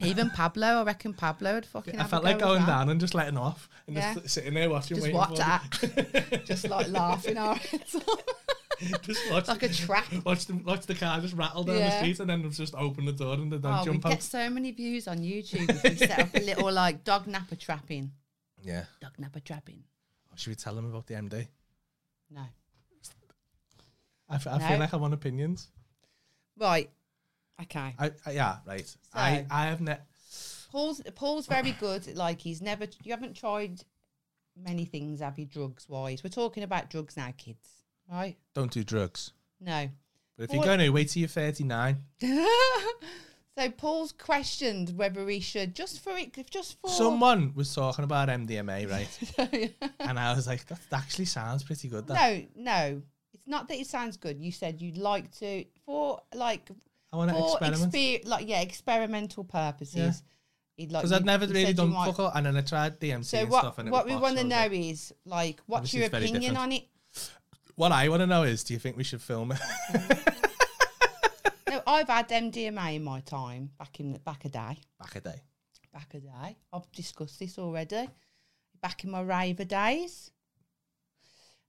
Yeah. Even Pablo, I reckon Pablo would fucking.
I
have a
felt
go
like
as
going
well.
down and just letting off and
Yeah.
just sitting there watching,
Just
waiting
watch
for them.
that. [laughs] just like laughing our heads off.
[laughs] just watch,
like a trap.
[laughs] watch them, watch the car just rattle down the
Yeah.
street, and then just open the door and they don't
Oh, we
jump
get
out.
so many views on YouTube if we set up a little like dog napper trapping.
Yeah,
Dog napper trapping.
should we tell them about the MD?
No.
I, f- I feel
No.
like I want opinions.
Right. Okay.
I, I yeah, right. I
So-
I have net.
Paul's Paul's very good. Like he's never. You haven't tried many things, have you? Drugs wise, we're talking about drugs now, kids. Right?
Don't do drugs.
No.
But if you're
What-
going to wait till you're 39,
so Paul's questioned whether he should just for it, just for [laughs]
someone was talking about MDMA, right? and I was like, that actually sounds pretty good. That
no, no, it's not that it sounds good. You said you'd like to for like
I want to
for
experiment
exper- like yeah, experimental purposes. He'd like
because I'd
you-
never
you
really
said you
done
might-
fuck all, and then I tried DMC
So
and
what?
stuff. And it
what
was
we
bosh,
want
so I
to
was
know
like-
is like, what's
Obviously,
your
it's very
opinion
different.
on it?
what I want to know is, do you think we should film it?
No, I've had MDMA in my time back in back a day.
back a day?
Back a day. I've discussed this already. Back in my raver days.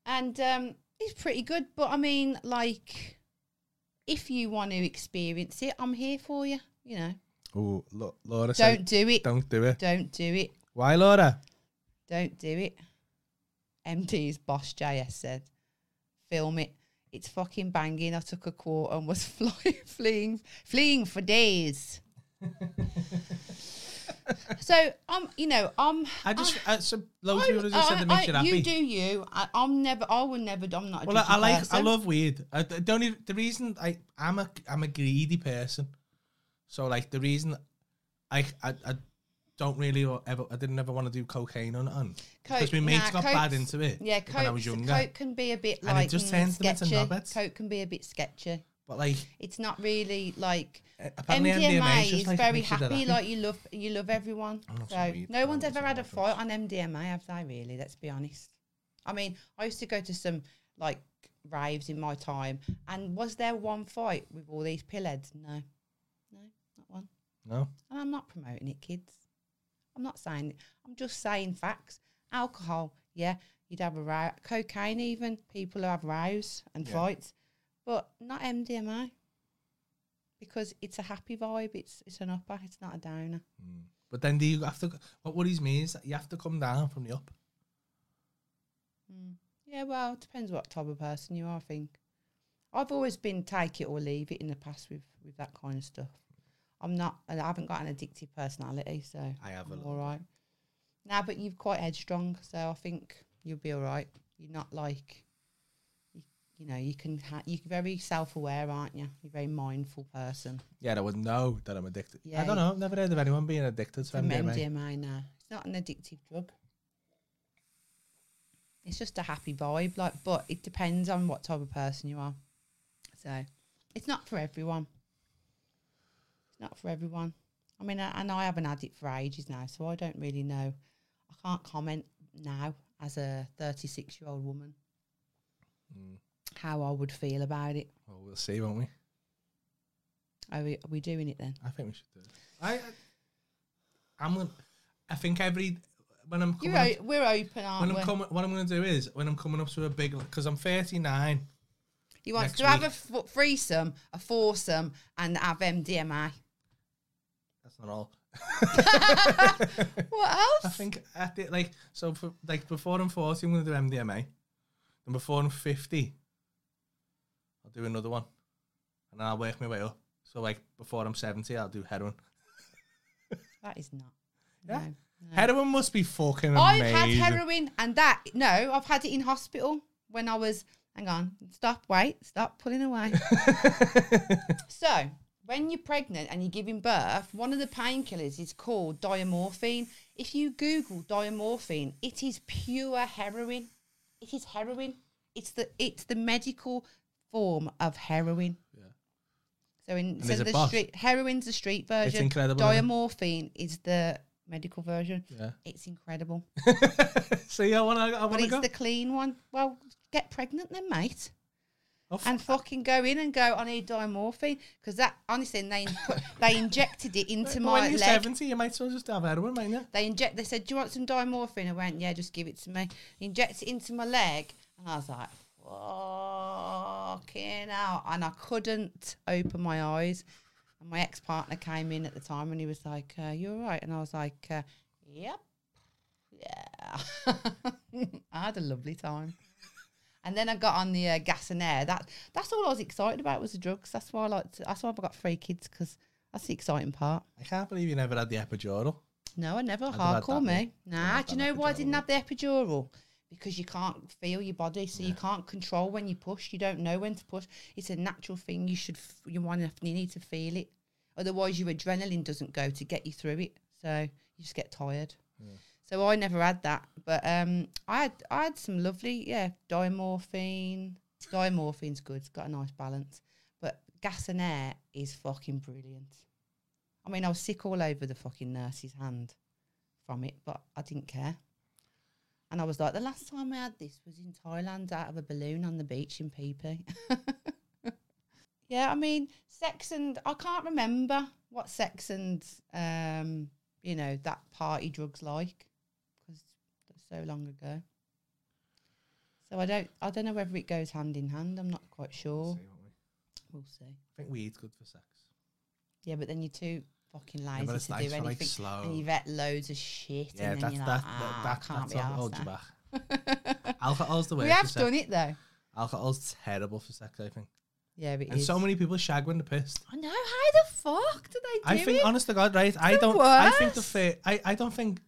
And um, it's pretty good, but I mean, like, if you want to experience it, I'm here for you. You know,
Oh, Laura
don't do it.
don't do it.
Don't do it.
Why, Laura?
Don't do it. MD's boss JS said, film it. It's fucking banging. I took a quarter and was [laughs] flying, fleeing, fleeing
[laughs]
for days. so I'm, you know, I'm.
I just, I, so loads
I'm-
of people just said
I-
that makes
I-
you happy.
You do you. I, I'm never. I will never. I'm not. A
Well, I, I
judgy
like, I
person.
love weed. I, d- don't even, the reason I, I'm a, I'm a greedy person. So like the reason, I, I, I don't really o- ever, I didn't ever want to do cocaine on on because
Coke-
my mates
nah,
got bad
Coke's-
into it.
Yeah,
when I
coke.
was younger.
Coke can be a bit
And it
like
just
mm,
turns them into
sketchy.
knobheads.
Coke can be a bit sketchy.
But like
It's not really like
a- apparently MDMA, is
MDMA
just
is
like
very
makes you that
happy. Like you love, you love everyone.
not
So
sure we-
no
I
one's
don't
ever had a
think
fight on MDMA, have they? Really? Let's be honest. I mean, I used to go to some like raves in my time, and was there one fight with all these pillheads? No, no, not one.
no.
And I'm not promoting it, kids. I'm not saying it. I'm just saying facts. Alcohol, yeah, you'd have a row. Cocaine, even people who have rows and
Yeah.
fights, but not MDMA because it's a happy vibe. It's it's an upper. It's not a downer.
But then do you have to? What worries me is that you have to come down from the up.
Yeah, well, it depends what type of person you are. I think I've always been take it or leave it in the past with with that kind of stuff. I'm not. I haven't got an addictive personality, so
I have a
I'm
little
all right. Now, but you're quite headstrong, so I think you'll be all right. You're not like, you, you know, you can. Ha- you're very self-aware, aren't you? You're a very mindful person.
Yeah, I would know that I'm addicted. I
Yeah,
don't
you-
know. I've never heard of anyone being addicted to
From
MDMA.
MDMA now, it's not an addictive drug. It's just a happy vibe, like. But it depends on what type of person you are. So, it's not for everyone. It's not for everyone. I mean, I, and I haven't had it for ages now, so I don't really know. I can't comment now as a 36 year old woman how I would feel about it.
Mm, Well, we'll see, won't we?
Are we, are we doing it then?
I think we should do it. I, I I'm gonna, I think every when I'm coming
You're o- we're open,
when
aren't we?
I'm coming, what I'm going to do is when I'm coming up to a big because I'm 39.
He
Next
wants to have a fo- threesome, a foursome, and have MDMA.
That's not all.
What
I
else?
think at the, like so for, like before I'm 40, I'm going to do MDMA, and before I'm 50, I'll do another one, and I'll work my way up. So like before I'm 70, I'll do heroin.
That is not.
Yeah.
No.
Heroin must be fucking
Mm. I've
amazing.
had heroin and that. No, I've had it in hospital when I was. Hang on, stop, wait, stop
[laughs]
pulling away. so, when you're pregnant and you're giving birth, one of the painkillers is called diamorphine. If you Google diamorphine, it is pure heroin. It is heroin. It's the it's the medical form of heroin. Yeah. So in so
is it
the
bad?
street heroin's the street version.
incredible, isn't it?
Diamorphine is the medical version.
Yeah. [laughs]
It's incredible.
See, I want to. I
But
want to
it's
go.
the clean one. Well, get pregnant then, mate.
Oh, f-
And fucking go in and go, I need dimorphine. Because that, honestly, and they, put, they injected it into
But
my
oh, when
leg.
you're 70, you might as well just have heroin, mightn't you?
They inject. They said, do you want some dimorphine? I went, yeah, just give it to me. Inject it into my leg. And I was like, fucking out. And I couldn't open my eyes. And my ex-partner came in at the time and he was like, uh, you all right? And I was like, uh, yep. Yeah. [laughs] I had a lovely time. And then I got on the uh, gas and air. That that's all I was excited about was the drugs. That's why I like. To, that's why I got three kids because that's the exciting part.
I can't believe you never had the epidural.
No, I never
never had that,
hardcore me. Nah,
had
do you
that
know why I didn't
epidural.
have the epidural? Because you can't feel your body, so you can't control when you push. You don't know when to push. It's a natural thing. You should, f- you want, to, you need to feel it. Otherwise, your adrenaline doesn't go to get you through it. So you just get tired. So I never had that, but um, I had I had some lovely yeah dimorphine. Dimorphine's good. It's got a nice balance, but gas and air is fucking brilliant. I mean, I was sick all over the fucking nurse's hand from it, but I didn't care. And I was like, the last time I had this was in Thailand out of a balloon on the beach in Phi Phi. [laughs] yeah, I mean, sex and I can't remember what sex and, um, you know, that party drugs like because that's so long ago. So I don't, I don't know whether it goes hand in hand. I'm not quite sure.
See, won't we? I
We'll see.
think weed's good for sex.
Yeah, but then you're too fucking lazy
but it's
to
nice
do
for, like,
anything,
slow.
and you've ate loads of shit.
Yeah,
and
that's that,
then you're
that,
like, ah,
that,
I can't
that's
be
what holds
arsed
you
now." [laughs]
back. [laughs] Alcohol's the way.
We have done it though.
Alcohol's terrible for sex, I think.
Yeah, it is.
And so many people shag when they're pissed.
I know. How the fuck do they do
I think,
it?
honest to God, right? I
the
don't. I think the
worst.
fa- I, I don't think.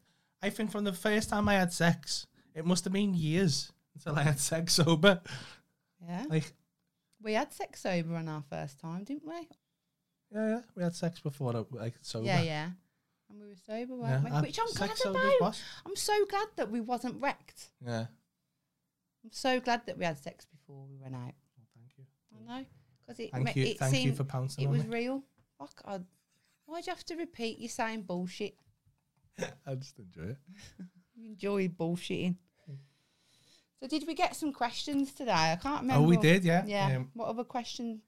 I think from the first time I had sex, it must have been years until I had sex sober.
yeah,
Like,
we had sex sober on our first time, didn't we?
yeah, yeah, we had sex before, I- like sober.
Yeah, yeah. And we were sober, weren't
Yeah, I-
we? Which I'm glad
sex sober's
about.
boss.
I'm so glad that we wasn't wrecked.
Yeah.
I'm so glad that we had sex before we went out.
Well, thank you.
I know because it
Thank
ma-
you.
it
thank
seemed
you for pouncing
it
on
was
me.
real. Fuck, I, why'd you have to repeat you saying bullshit?
I just enjoy it.
You enjoy bullshitting. So did we get some questions today? I can't remember.
oh, we
what-
did, yeah.
Yeah.
Um,
what other question?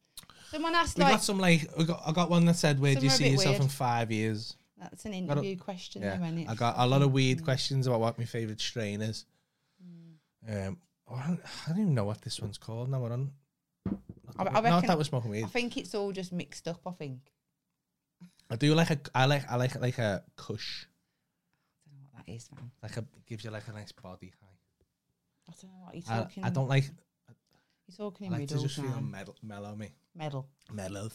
Someone asked
we
like
got some like we got, I got one that said, "Where do you
Some are a
see
bit
yourself in
weird.
five years?"
that's an interview question.
Yeah,
though, innit?
I got uh, a lot of
Mm.
weird questions about what my favorite strain is.
Mm.
Um, oh, I don't, I don't even know what this one's called. Now we're on.
I- I
Not,
reckon-
that we're smoking weed.
I think it's all just mixed up. I think.
I do like a. I like. I like like a cush.
I don't know what that is, man.
Like a gives you like a nice body high.
I don't know what you're
I-
talking.
I, don't like.
You're talking
I
in
like to
riddles
just feel
now.
mellow, mellow me.
Medal.
Mellow.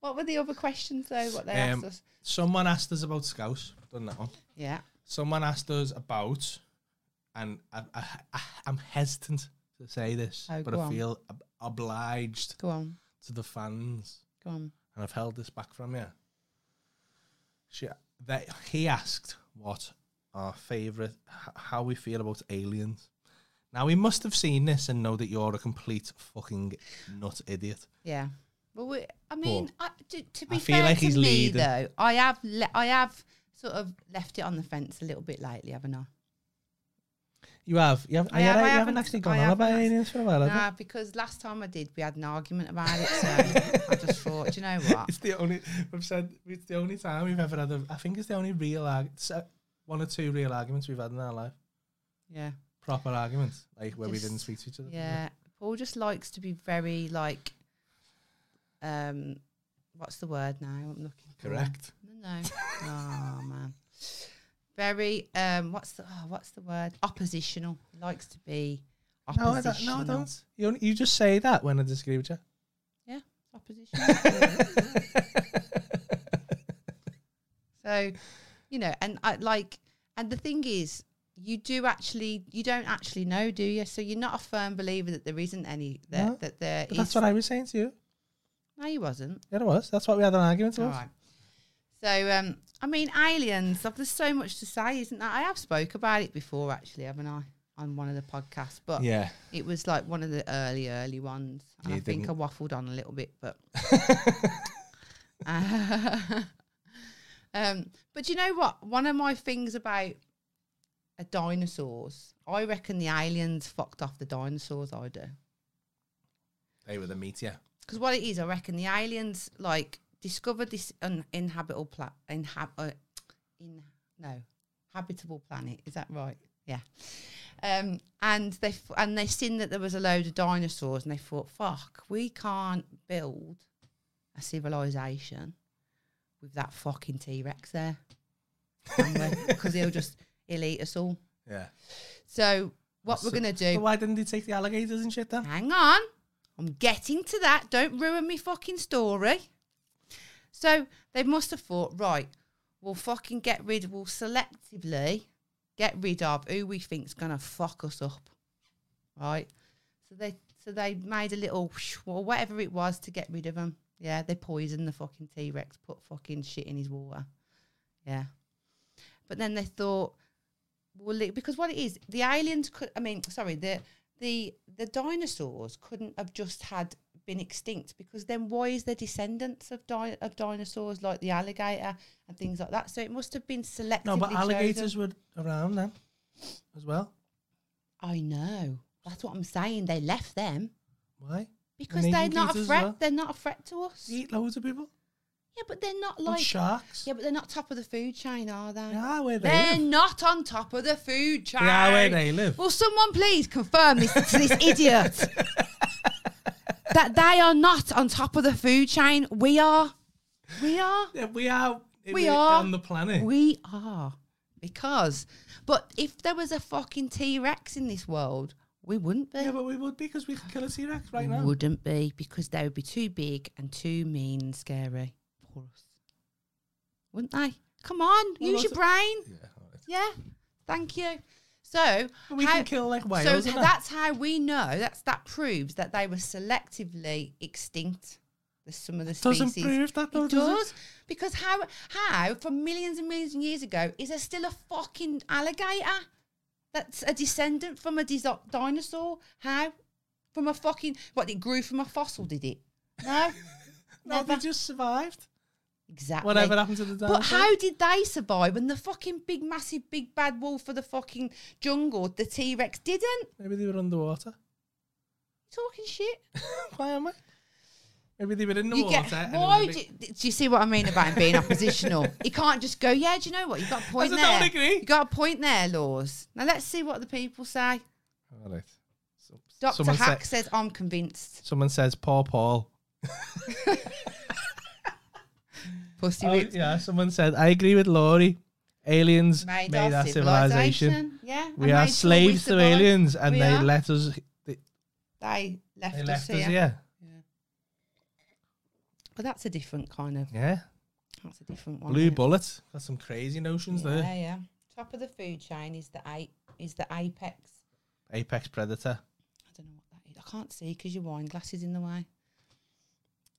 What were the other questions though? What they
Um,
asked us?
Someone asked us about scouse. Done that one.
Yeah.
someone asked us about, and I, I, I, I'm hesitant to say this,
Oh,
but
go
I
on.
feel ob- obliged
Go on.
to the fans,
Go on.
and I've held this back from you. She, that he asked what our favorite, h- how we feel about aliens. Now we must have seen this and know that you're a complete fucking nut idiot.
Yeah. Well, we, I mean, I, to, to be
feel
fair
like
to
he's
me
leading.
though, I have le- I have sort of left it on the fence a little bit lately, haven't I?
You have, you have,
I
you
have-
have-
I
you haven't
haven't-
actually
I
gone on about
haven't act-
aliens for a while. have you?
Nah, because last time I did, we had an argument about it. So I just thought, do
[laughs]
you know what?
It's the only we've said it's the only time we've ever had a. I think it's the only real. arg- so one or two real arguments we've had in our life.
Yeah.
Proper arguments, like where we didn't
Just-
speak to each other.
Yeah. Paul just likes to be very like um what's the word now? I'm looking for?
Correct.
No no. oh man. Very um what's the oh, what's the word? Oppositional. He likes to be
No,
oppositional.
I don't. No, I don't. You, only, you just say that when I disagree
[laughs]
with you. [laughs]
Oppositional. So, you know, and I like, and the thing is, you do actually, you don't actually know, do you? So you're not a firm believer that there isn't any that
No,
that there
But that's
is-
what I was saying to you.
no, you wasn't.
Yeah, it was. That's what we had an argument
All
about.
right. So, um, I mean, aliens. I've- There's so much to say, isn't there? I have spoke about it before, actually, haven't I? On one of the podcasts, but
Yeah.
it was like one of the early, early ones. And
You
I think I
didn't.
waffled on a little bit,
[laughs]
but. [laughs] um, but you know what? One of my things about a dinosaurs, I reckon the aliens fucked off the dinosaurs. I do
They were the meteor.
because what it is, I reckon the aliens like discovered this uninhabitable pla- inhab- uh, in no habitable planet. Is that right? Yeah. Um, and they f- and they seen that there was a load of dinosaurs, and they thought, "Fuck, we can't build a civilization with that fucking T Rex there, because he'll just he'll eat us all."
Yeah.
So what
That's
we're
so-
gonna
So
do? Mm.
why didn't they take the alligators and shit then?
Hang on. I'm getting to that. Don't ruin me fucking story. So they must have thought, right, we'll fucking get rid, we'll selectively get rid of who we think's gonna fuck us up. Right? So they so they made a little or whatever it was to get rid of them. Yeah, they poisoned the fucking T Rex, put fucking shit in his water. Yeah. But then they thought, well, li- because what it is, the aliens could. I mean, sorry, the the the dinosaurs couldn't have just had been extinct because then why is there descendants of di- of dinosaurs like the alligator and things like that? So it must have been selectively.
No, but
chosen.
alligators were around then as well.
I know. That's what I'm saying. They left them
Why?
because
they
they're
eat
not
it
a
as
threat.
well.
They're not a threat to us.
They eat loads of people.
Yeah, but they're not
Like,
like.
sharks.
Yeah, but they're not top of the food chain, are they?
They are where they
They're
live.
not on top of the food chain.
They are where they live.
Will someone please confirm this to
[laughs]
this idiot that they are not on top of the food chain? We are. We are.
Yeah, we are.
We are.
on the planet.
We are. Because. But if there was a fucking T Rex in this world, we wouldn't be.
yeah, but we would be because we could kill a T Rex right now.
Wouldn't be because they would be too big and too mean and scary for us. Wouldn't they? Come on,
Well,
use your
that's-
brain.
Yeah, all right.
Yeah. Thank you. So
But we
how-
can kill like
so
whales.
th-
and that.
that's how we know. That's that proves that they were selectively extinct. The some of the
doesn't
species.
prove that though,
It
does it?
does because how how from millions and millions of years ago is there still a fucking alligator that's a descendant from a dis- dinosaur? How from a fucking what? It grew from a fossil, did it? No,
no, they
never.
just survived.
exactly.
Whatever happened to the dinosaur?
But how did they survive when the fucking big, massive, big bad wolf of the fucking jungle, the T Rex, didn't?
Maybe they were underwater. [laughs]
Talking shit.
Why am I? Maybe they were in the
You
water.
get
and it was
why
a
do,
big-
do you see what I mean about him being [laughs] oppositional? He can't just go, yeah. Do you know what? You got a point
I
there.
don't agree.
You got a point there, laws. Now let's see what the people say.
All right. So,
Doctor
someone sa-
Hack says, "I'm convinced."
someone says Paw Paul.
Pussy
Oh,
whipped
yeah, someone said I agree with Laurie. Aliens
made,
made,
our, civilization. Yeah, and
We are
made sure
slaves to
survived.
aliens, and
We
they
are.
let us. They,
They left,
they left
us
us
here.
here.
But that's a different kind of.
Yeah,
That's a different one.
blue
isn't it?
bullet. Got some crazy notions
Yeah,
there.
yeah. Top of the food chain is the ape. Is the apex.
Apex predator.
I don't know what that is. I can't see because your wine glass is in the way.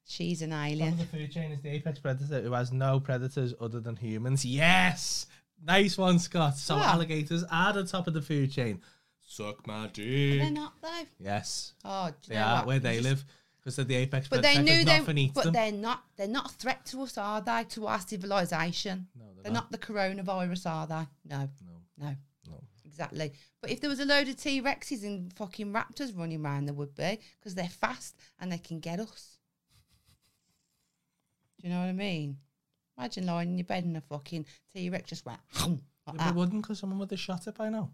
She's an alien.
Top of the food chain is the apex predator who has no predators other than humans. Yes, nice one, Scott. So
Wow.
alligators are the top of the food chain. Suck my
They're
dick.
not though.
Yes,
Oh, do you
they
know
are
what?
where
You
they
just-
live because they're the apex
But
predator.
they knew they.
nothing eats
But
them.
they're not. They're not a threat to us, are they? To our civilization.
No, they're
They're not the coronavirus, are they? No,
No,
no,
no.
exactly. But if there was a load of T Rexes and fucking raptors running around, there would be because they're fast and they can get us. Do you know what I mean? Imagine lying in your bed and a fucking T Rex just went [laughs]
They wouldn't because someone would have shot it by now.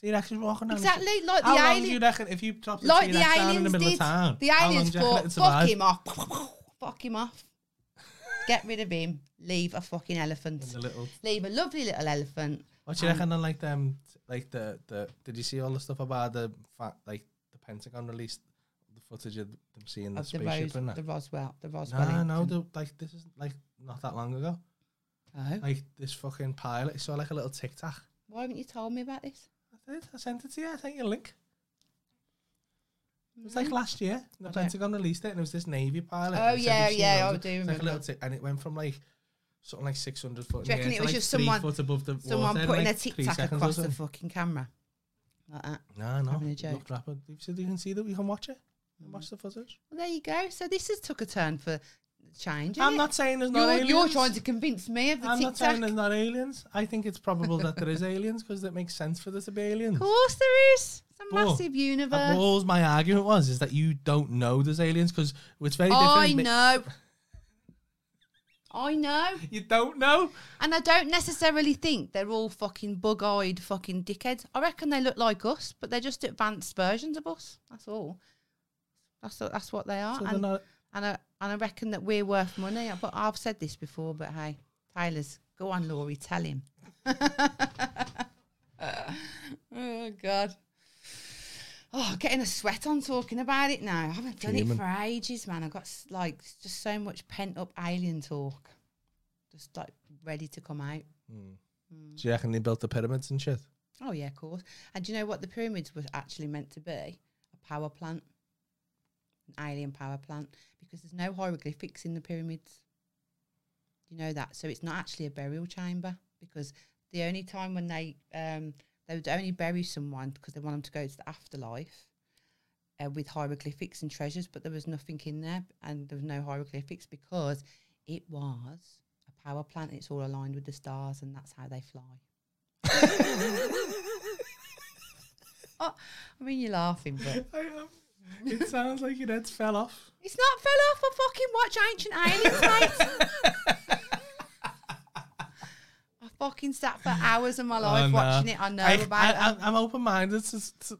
T-Rex is walking down the street.
Exactly, like
How
the
long do you
alien,
reckon if you dropped the
like the
T-Rex down in the
aliens
middle
did.
of town?
The
how long
aliens
do you reckon it'd
thought,
survive?
"Fuck him off, [laughs] fuck him off, get rid of him, leave a fucking elephant,
And the little-
leave a lovely little elephant."
What do you reckon on like them? Like the the did you see all the stuff about the fat like the Pentagon released the footage of them seeing the
Of the,
spaceship
Rose,
and
the
that?
Roswell, the Roswell.
No, no, the, like this is like not that long ago.
Oh,
Like this fucking pilot saw like a little tic tac.
why haven't you told me about this?
I did. I sent it to you. I sent you a link. It was like last year. The
don't-
Pentagon released it, and it was this Navy pilot.
Oh,
and it said
yeah,
we've seen
yeah,
loads
I
of-
do
it's like a
remember.
little tic- and it went from like something like six hundred foot. in
Do
the
you reckon
air
it
to,
was
like
just
three
someone-
foot above the
Someone
water in,
putting
like,
a
three
tic tac
seconds or
across the
something.
fucking camera, like that.
No, no.
Having a joke.
Looked rapid. You said you can see that we can watch it. and Watch the footage.
Well, there you go. So this has took a turn for change.
I'm
innit?
not saying there's not
You're,
aliens.
you're trying to convince me of the
I'm
tic
not saying
tac.
there's
Of
not aliens. I think it's probable that
[laughs]
there is aliens because it makes sense for there to be aliens.
course there is. It's a
But-
massive
That
universe.
was my argument was is that you don't know there's aliens because it's very
I
different.
know. I know.
You don't know.
And I don't necessarily think they're all fucking bug eyed fucking dickheads. I reckon they look like us, but they're just advanced versions of us. That's all. That's that's what they are.
So they're
Oh, and,
not-
and I and I reckon that we're worth money. But I've said this before, but hey, Tyler's go on, Laurie, tell him. [laughs] oh God. Oh, getting a sweat on talking about it now. I haven't done
Fuming.
it for ages, man. I've got s- like just so much pent up alien talk. Just like ready to come out.
Do you reckon they built the pyramids and shit?
Oh yeah, of course. And do you know what the pyramids were actually meant to be? A power plant, an alien power plant, because there's no hieroglyphics in the pyramids. Do you know that? So it's not actually a burial chamber because the only time when they um, they would only bury someone because they want them to go to the afterlife. Uh, with hieroglyphics and treasures, but there was nothing in there, and there was no hieroglyphics because it was a power plant. It's all aligned with the stars, and that's how they fly. [laughs] Oh, I mean, you're laughing, but
I am. It sounds like your head fell off.
it's not fell off. I fucking watch Ancient Aliens, mate.
[laughs]
I fucking sat for hours of my life
Oh, no.
watching it. I know
I,
about
I,
it.
I'm- I'm open minded,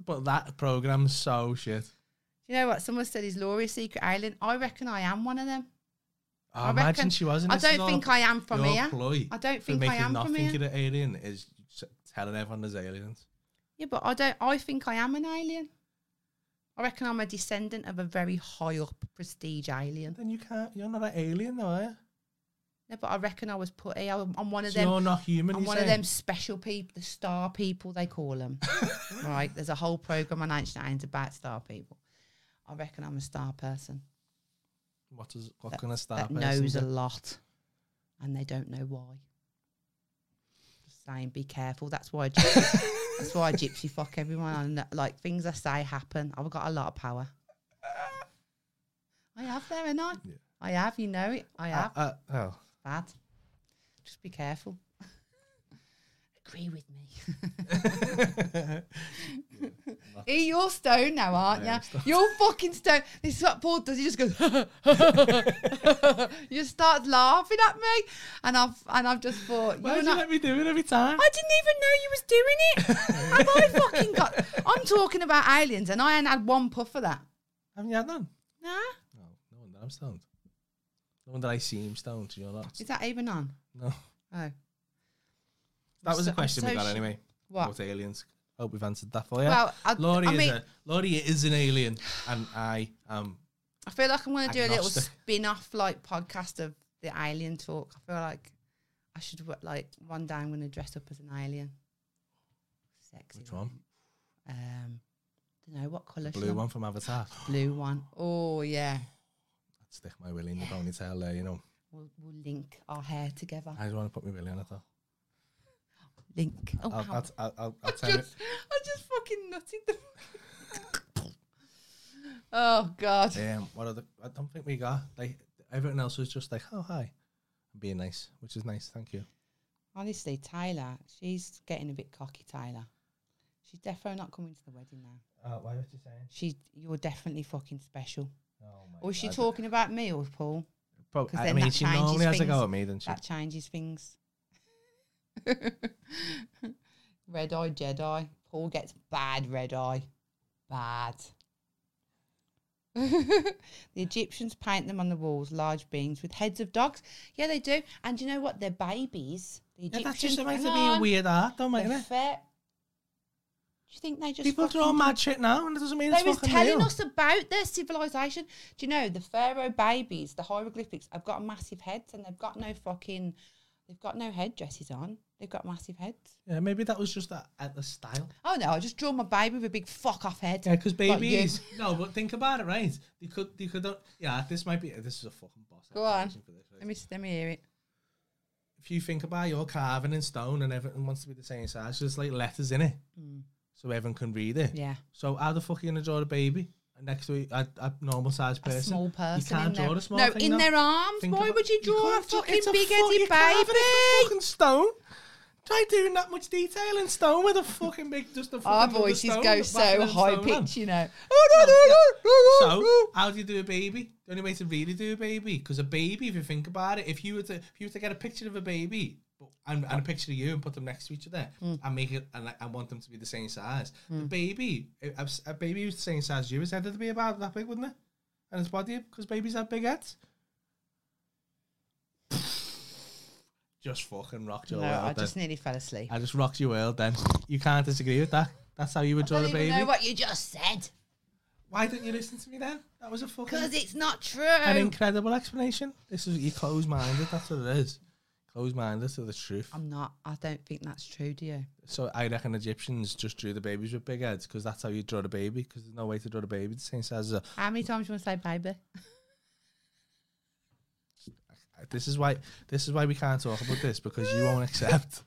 but that program's so shit.
you know what? Someone said, is Laurie a secret alien? I reckon I am one of them.
Oh,
I
imagine
reckon-
she wasn't.
I
This is
don't
all
think I am from
your
here.
Ploy
I don't
for
think I
making
am
not
from
think
here.
you're an alien is s- telling everyone there's aliens.
Yeah, but I don't. I think I am an alien. I reckon I'm a descendant of a very high up prestige alien.
Then you can't. You're not an alien, though, are you?
No, but I reckon I was put here. I'm I'm one of
So
them.
you're not human.
I'm
you're
one of
saying?
them special people, the star people they call
[laughs]
them. right, there's a whole program on Ancient Aliens about star people. I reckon I'm a star person
What is what kind of star
that
person?
knows a
do?
lot, and they don't know why. Just saying, be careful. That's why. I gypsy,
[laughs]
that's why I gypsy fuck everyone. And like things I say happen. I've got a lot of power. I have there, and I.
Yeah.
I have. You know it. I have.
Uh, uh, oh.
bad. Just be careful. [laughs] Agree with me.
uh, oh.
[laughs]
[laughs]
Eat your stone now, aren't
I am
you? You're fucking stone. This is what Paul does. He just goes. [laughs] you start laughing at me, and I've and I've just thought
Why
you're
do you
not.
let me do it every time?
I didn't even know you was doing it. Have I fucking got? I'm talking about aliens, and I ain't had one puff of that.
Haven't you had none?
Nah,
No, no wonder I'm stoned. No wonder I seem stoned. You're not.
is that even on?
No.
Oh,
That was
so-
a question
so
we got
sh-
anyway.
what?
About aliens. Hope we've answered that for you.
Well, I-
Laurie
I
is
mean-
a Laurie is an alien, and I am.
I feel like I'm going to do a little
Agnostic.
spin-off like podcast of the alien talk. I feel like I should wo- like one day I'm going to dress up as an alien. Sexy.
Which one?
Um, don't know what colour.
Blue one from Avatar.
Blue one. Oh yeah.
I'd stick my willy in the ponytail there. You know,
We'll, we'll link our hair together.
I just want to put my willy on it though.
Link. Oh,
I'll,
how- [laughs]
I'll, I'll, I'll,
I
I'll tell you.
just, I just fucking nutted them. [laughs] oh god.
Um, what other? I don't think we got like everything else was just like, oh hi, being nice, which is nice. Thank you.
Honestly, Tyler, she's getting a bit cocky. Tyler, she's defo not coming to the wedding now.
Uh, why was you saying?
She, you're definitely fucking special.
Oh my
Or is she
God.
talking about me or Paul?
Prob-
'cause
I
then
mean,
that
she
changes
normally has oh, a
things.
[laughs] go at me, doesn't she?
That changes things. red eye Jedi. Paul gets bad red eye. Bad. [laughs] the Egyptians paint them on the walls, large beings with heads of dogs. Yeah, they do. And you know what? They're babies. The
Yeah,
Egyptians.
that's just amazing
hang
to be
on.
a weird art, though, mate.
They're
innit?
fat. Do you think they just
People
fucking
draw mad shit now, and it doesn't mean it's
they was
fucking
telling
real.
us about their civilization. Do you know the pharaoh babies, the hieroglyphics, have got massive heads and they've got no fucking, they've got no head dresses on. They've got massive heads.
Yeah, maybe that was just at, at the style.
Oh no, I just draw my baby with a big fuck off head.
Yeah, because
Like you.
babies. [laughs] no, but think about it, right? They could, they could. Yeah, this might be. This is a fucking boss.
Go on.
application for this, right?
Let me let me hear it.
If you think about your carving in stone, and everything wants to be the same size, there's like letters in it,
Mm.
so everyone can read it.
Yeah,
So how the fuck are you gonna draw a baby next to a, a, a normal sized
a
person?
small person.
You can't
in
draw
their,
a small.
No,
thing,
in
though.
their arms.
Think
Why
about-
would you
you
draw a
can't draw-
fucking
it's a
big
fuck- you
headed
can't have it,
baby?
it's fucking stone. Try doing that much detail in stone with a fucking big, just a fucking.
Our
lump of
voices
stone
go
that whacking
so
in
high
stone, man.
pitch, you know.
[laughs] So, how do you do a baby? The only way to really do a baby, because a baby, if you think about it, if you were to if you were to get a picture of a baby but- and, and a picture of you and put them next to each other
Mm.
and make it and like, I want them to be the same size, the baby, a, a baby who's the same size as you, his head would be about that big, wouldn't it? And his body, because babies have big heads. Just fucking rocked your
No,
world.
I
then.
just nearly fell asleep.
I just rocked your world. Then you can't disagree with that. That's how you would draw
I
a
don't even
baby.
know what you just said
Why didn't you listen to me then? That was a fucking
because it's not true.
an incredible explanation. This is you close minded. That's what it is. Close minded to the truth.
I'm not. I don't think that's true, do you?
So I reckon Egyptians just drew the babies with big heads because that's how you draw the baby. Because there's no way to draw the baby the same size as a.
How many times do you want to say baby?
This is why. This is why we can't talk about this because you won't [laughs] accept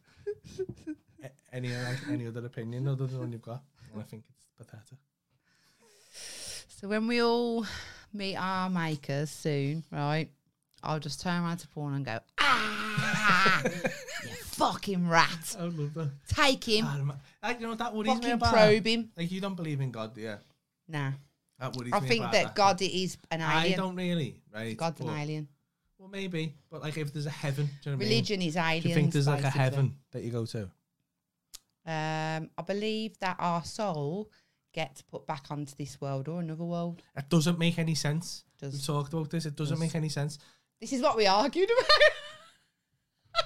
a- any like, any other opinion other than the one you've got. And I think it's pathetic.
So when we all meet our makers soon, right? I'll just turn around to Paul and go, ah, [laughs] you fucking rat.
I would love that.
Take him.
Ah, ma- like, you know that worries me
fucking
about.
probe him.
Like you don't believe in God, yeah?
Nah.
That worries
I
me
think
about
that God is an
I
alien.
don't really. Right.
God's an
but-
alien.
Well, maybe, but like if there's a heaven, do you know what I mean?
Religion is aliens.
Do you think there's like a
basically.
heaven that you go to?
Um, I believe that our soul gets put back onto this world or another world.
It doesn't make any sense.
Does-
We've talked about this. It doesn't make any sense.
This is what we
[laughs]
argued about.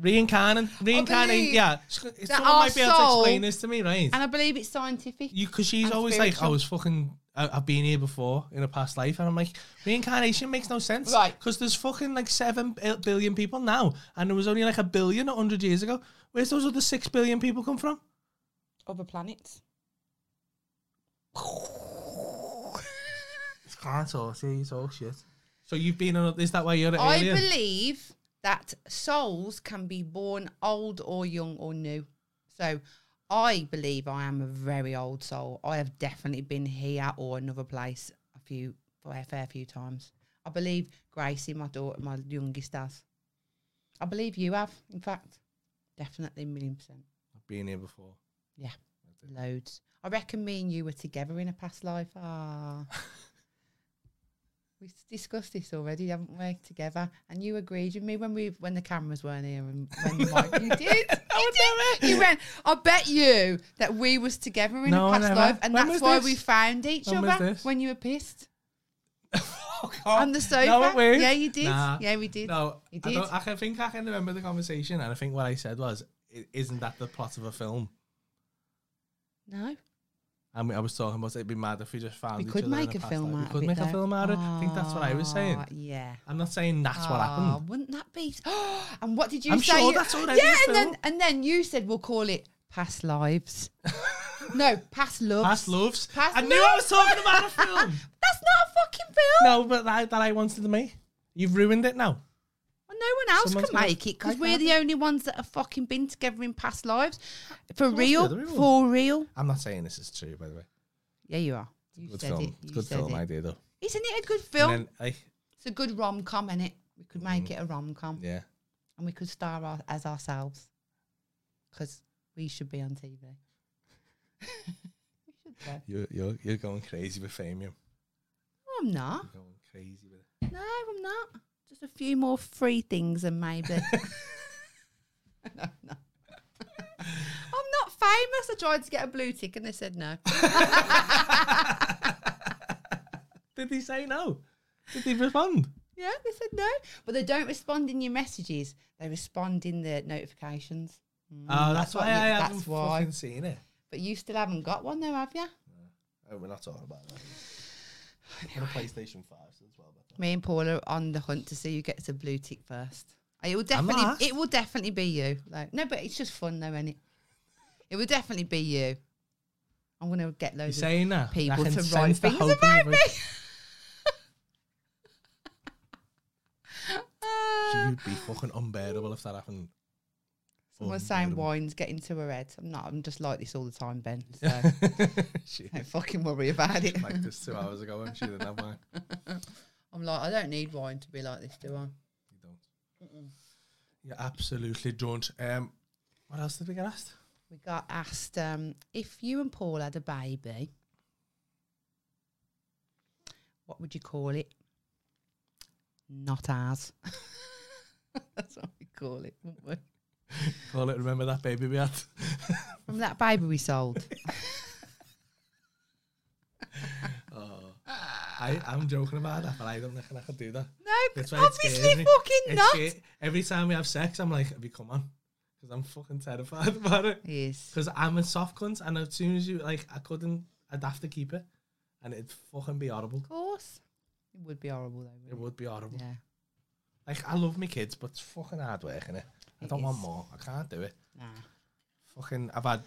Reincarnate, reincarnate.
believe
Yeah, S- someone
our
might be able to
soul-
explain this to me, right?
and I believe it's scientific.
You, because she's
and
always like, I
spiritual.
was fucking. I- I've been here before in a past life, and I'm like, reincarnation makes no sense,
Right.
Because there's fucking like seven bil- billion people now, and there was only like a billion a hundred years ago. Where's those other six billion people come from?
Other planets.
It's can't talk. See, it's all shit. So you've been on. Is that why you're an
I
alien?
believe that souls can be born old or young or new. So I believe I am a very old soul. I have definitely been here or another place a few for a fair few times. I believe Gracie, my daughter, my youngest has. I believe you have, in fact. Definitely a million percent.
I've been here before.
Yeah. Loads. I reckon me and you were together in a past life.
[laughs]
Ah. We've discussed this already, haven't we? Together, and you agreed with me when we when the cameras weren't here, and when the mic,
[laughs]
you did, you did. You went. I bet you that we was together in
No,
a
I
past
never.
life, and
When was
that's why
this?
we found each
When was
other
this?
when you were pissed
[laughs] oh, God.
on the sofa.
No, it won't.
yeah, you did.
Nah.
Yeah, we did.
No,
You
I,
did.
don't, I can think I can remember the conversation, and I think what I said was, "I- "Isn't that the plot of a film?"
No.
And we- I was talking about it'd be mad if we just found
We
each
could
other in
make a
past
film
life. We
out
could
of it.
make a
though.
film out of it. I think that's what I was saying.
Ah, Yeah.
I'm not saying that's what
Ah,
happened.
Wouldn't that be? [gasps] and what did you
I'm
say?
sure
You-
that's already
yeah,
a
and then
film.
and then you said we'll call it
[laughs]
past lives. no, past loves.
Past loves.
Past
I knew I was
loves.
talking
[laughs]
about a film.
That's not a fucking film.
no, but that, that I wanted to make. You've ruined it now.
Well, no one else
Someone's
can
gonna-
make it
I
because we're
can't.
the only ones that have fucking been together in past lives, for
the
real,
other people.
for real.
I'm not saying this is true, by the way.
Yeah, you are. You
Good
said
film.
it. You
It's a good
said
film
it.
idea, though.
Isn't it a good
And
film?
then, Mm. like,
it's a good rom com, is it? We could make it a rom com,
yeah.
and we could star our, as ourselves because we should be on TV. [laughs] we should. Though.
You're, you're, you're going crazy with Famium.
No, I'm not.
You're going crazy with it.
[laughs] No, I'm not. [laughs] Just a few more free things and maybe. no, no. I'm not famous. I tried to get a blue tick and they said no.
Did he say no? Did he respond?
Yeah, they said no. But they don't respond in your messages. They respond in the notifications. Mm,
Oh, that's, why
you-
I haven't
that's why.
fucking seen it.
But you still haven't got one though, have you?
Oh, we're not talking about that. I've got a PlayStation 5, so it's well better.
Me and Paula are on the hunt to see who gets a blue tick first. It will
I'm not
definitely,
asked.
it will definitely be you. Like, no, but it's just fun though, is it? It will definitely be you. I'm gonna get
You're
loads of
saying that?
people
I can
to write
sense the
things
hope in [laughs]
about
your voice. She
Ah.
would be fucking unbearable if that [laughs] happened.
Someone's saying
Unbearable.
wine's getting to her head. I'm not. I'm just like this all the time, Ben. [laughs] So
she
don't fucking worry about it.
like this two hours ago and she didn't have mine.
I'm like, I don't need wine to be like this, do I?
You don't. You absolutely don't. Um, what else did we get asked?
We got asked um, if you and Paul had a baby, what would you call it? Not ours. [laughs] That's what we call it, wouldn't we?
Call it. Remember that baby we had? [laughs]
From that baby we sold.
Oh,
Ah.
I I'm joking about that, but I don't reckon I could do that.
[laughs] No,
That's why it
obviously
scares me.
fucking
It's
not.
ga- every time we have sex, I'm like, "Have you come on?" Because I'm fucking terrified [laughs] about it.
Yes.
Because I'm a soft cunt, and as soon as you like, I couldn't. I'd have to keep it, and it'd fucking be horrible.
Of course. It would be horrible though.
It
wouldn't
would be horrible.
it? Yeah.
Like I love my kids, but it's fucking hard work, innit? I
It
don't want
is.
more. I can't do it.
Nah.
Fucking, I've had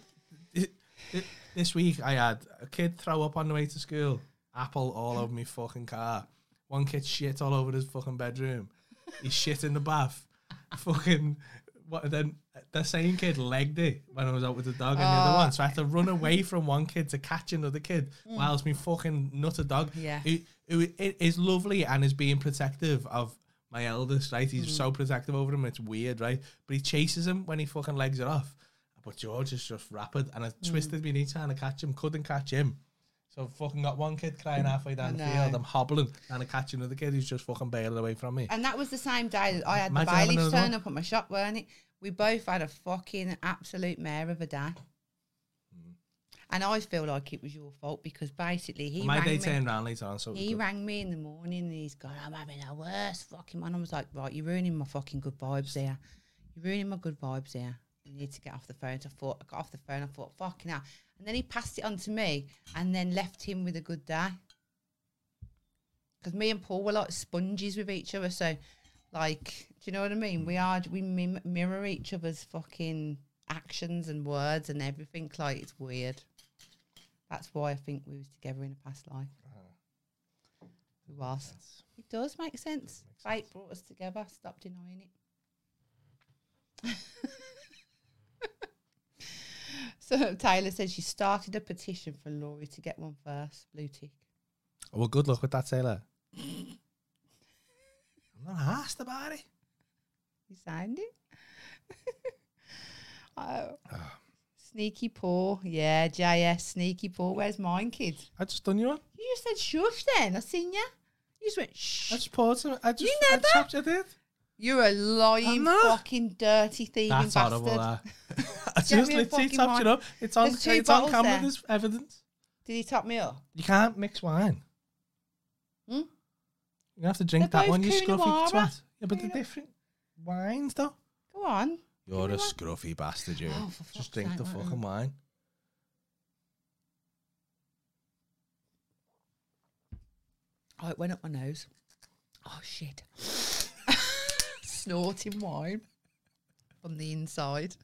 thi- thi- this week. I had a kid throw up on the way to school. Apple all over my fucking car. One kid shit all over his fucking bedroom. He shit in the bath. Fucking. What, then the same kid legged it when I was out with the dog and the other
Oh.
one, so I had to run
[laughs]
away from one kid to catch another kid, whilst me fucking nutter dog
Mm. Yeah.
who, who i- is lovely and is being protective of my eldest, right? He's
Mm.
so protective over him, it's weird, right? But he chases him when he fucking legs it off. But George is just rapid, and I
Mm.
twisted me knee trying to catch him, couldn't catch him. So I've fucking got one kid crying halfway down the
know.
field, I'm hobbling, and I catch another kid who's just fucking bailing away from me.
And that was the same day that I had
Imagine
the
having
bailiffs
another
turn
one.
up at my shop, weren't it? We both had a fucking absolute mare of a day.
Mm.
And I feel like it was your fault because basically he
my
rang
day
me.
turned round later on, so it was
He
good.
rang me in the morning and he's gone, I'm having a worse fucking one. I was like, right, you're ruining my fucking good vibes here. You're ruining my good vibes here. You need to get off the phone. So I thought, I got off the phone. I thought, fucking hell. And then he passed it on to me and then left him with a good day. Because me and Paul were like sponges with each other. So, like, do you know what I mean? We are, we mim- mirror each other's fucking actions and words and everything. Like, it's weird. That's why I think we was together in a past life. We was. It does make sense. Fate brought us together. Stop denying it. [laughs] so Taylor says she started a petition for Laurie to get one first. Blue tick.
Well, good luck with that,
[laughs]
Taylor. I'm not asked about it.
You signed it. [laughs]
[sighs]
oh. Sneaky paw. Yeah, JS, sneaky paw. Where's mine, kid?
I just done you one.
You just said shush then. I seen ya. You just went shh.
I just paused. it. I just.
You
I
never?
just- I did.
You're a lying,
I'm not.
fucking dirty, thieving
That's
bastard.
horrible.
[laughs]
That. I
me a
just literally
fucking
topped
wine.
it up. It's on,
There's two
it's on
bottles
camera.
there.
There's evidence.
Did he top me up?
You can't mix wine.
Hmm?
You have to drink
They're
that one, you
both
scruffy
Coonawarra.
twat. Yeah, but they're
Coonawara.
different wines, though.
Go on.
You're a
Coonawarra.
scruffy bastard, you.
Oh, for fuck's
just drink
sake,
the
right
fucking
then.
wine.
Oh, it went up my nose. Oh shit! [laughs] Snorting wine from the inside.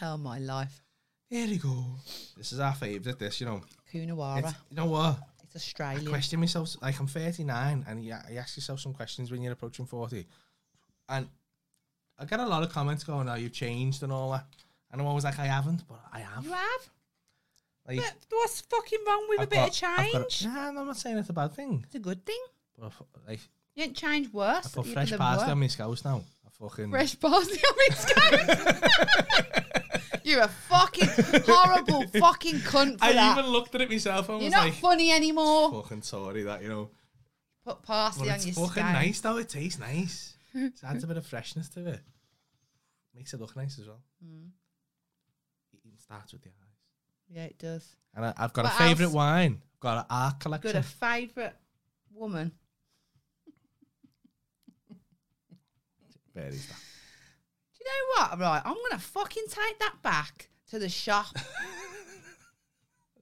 oh my life,
Here we go. This is our favourite, this, you know.
Coonawarra.
It's,
It's,
you know what?
Australian.
question myself like I'm 39 and you, you ask yourself some questions when you're approaching 40 and I get a lot of comments going oh you've changed and all that and I'm always like I haven't but I am
You have.
like,
But what's fucking wrong with
I've
a bit of
got- I've
change?
got- nah, I'm not saying it's a bad thing
it's a good thing.
but I f- like,
You ain't changed worse.
I put
you
fresh
could've
pasta
worse.
on my scouse now I fucking
Fresh parsley on its
[laughs]
goat. [laughs] You're a fucking horrible fucking cunt for
I
that.
even looked at it myself and
You're
was
not
like
funny anymore.
fucking sorry that you know
Put
but
parsley on
it's
your
fucking
skin. [laughs]
nice though it tastes nice it adds a bit of freshness to it Makes it look nice as well.
Mm.
It even starts with the eyes.
Yeah, it does.
And I, I've got
What
a favourite
else?
wine. Got an art
Got
collection.
a favourite woman.
There is that.
Do you know what? Right, I'm gonna fucking take that back to
[laughs]
the shop.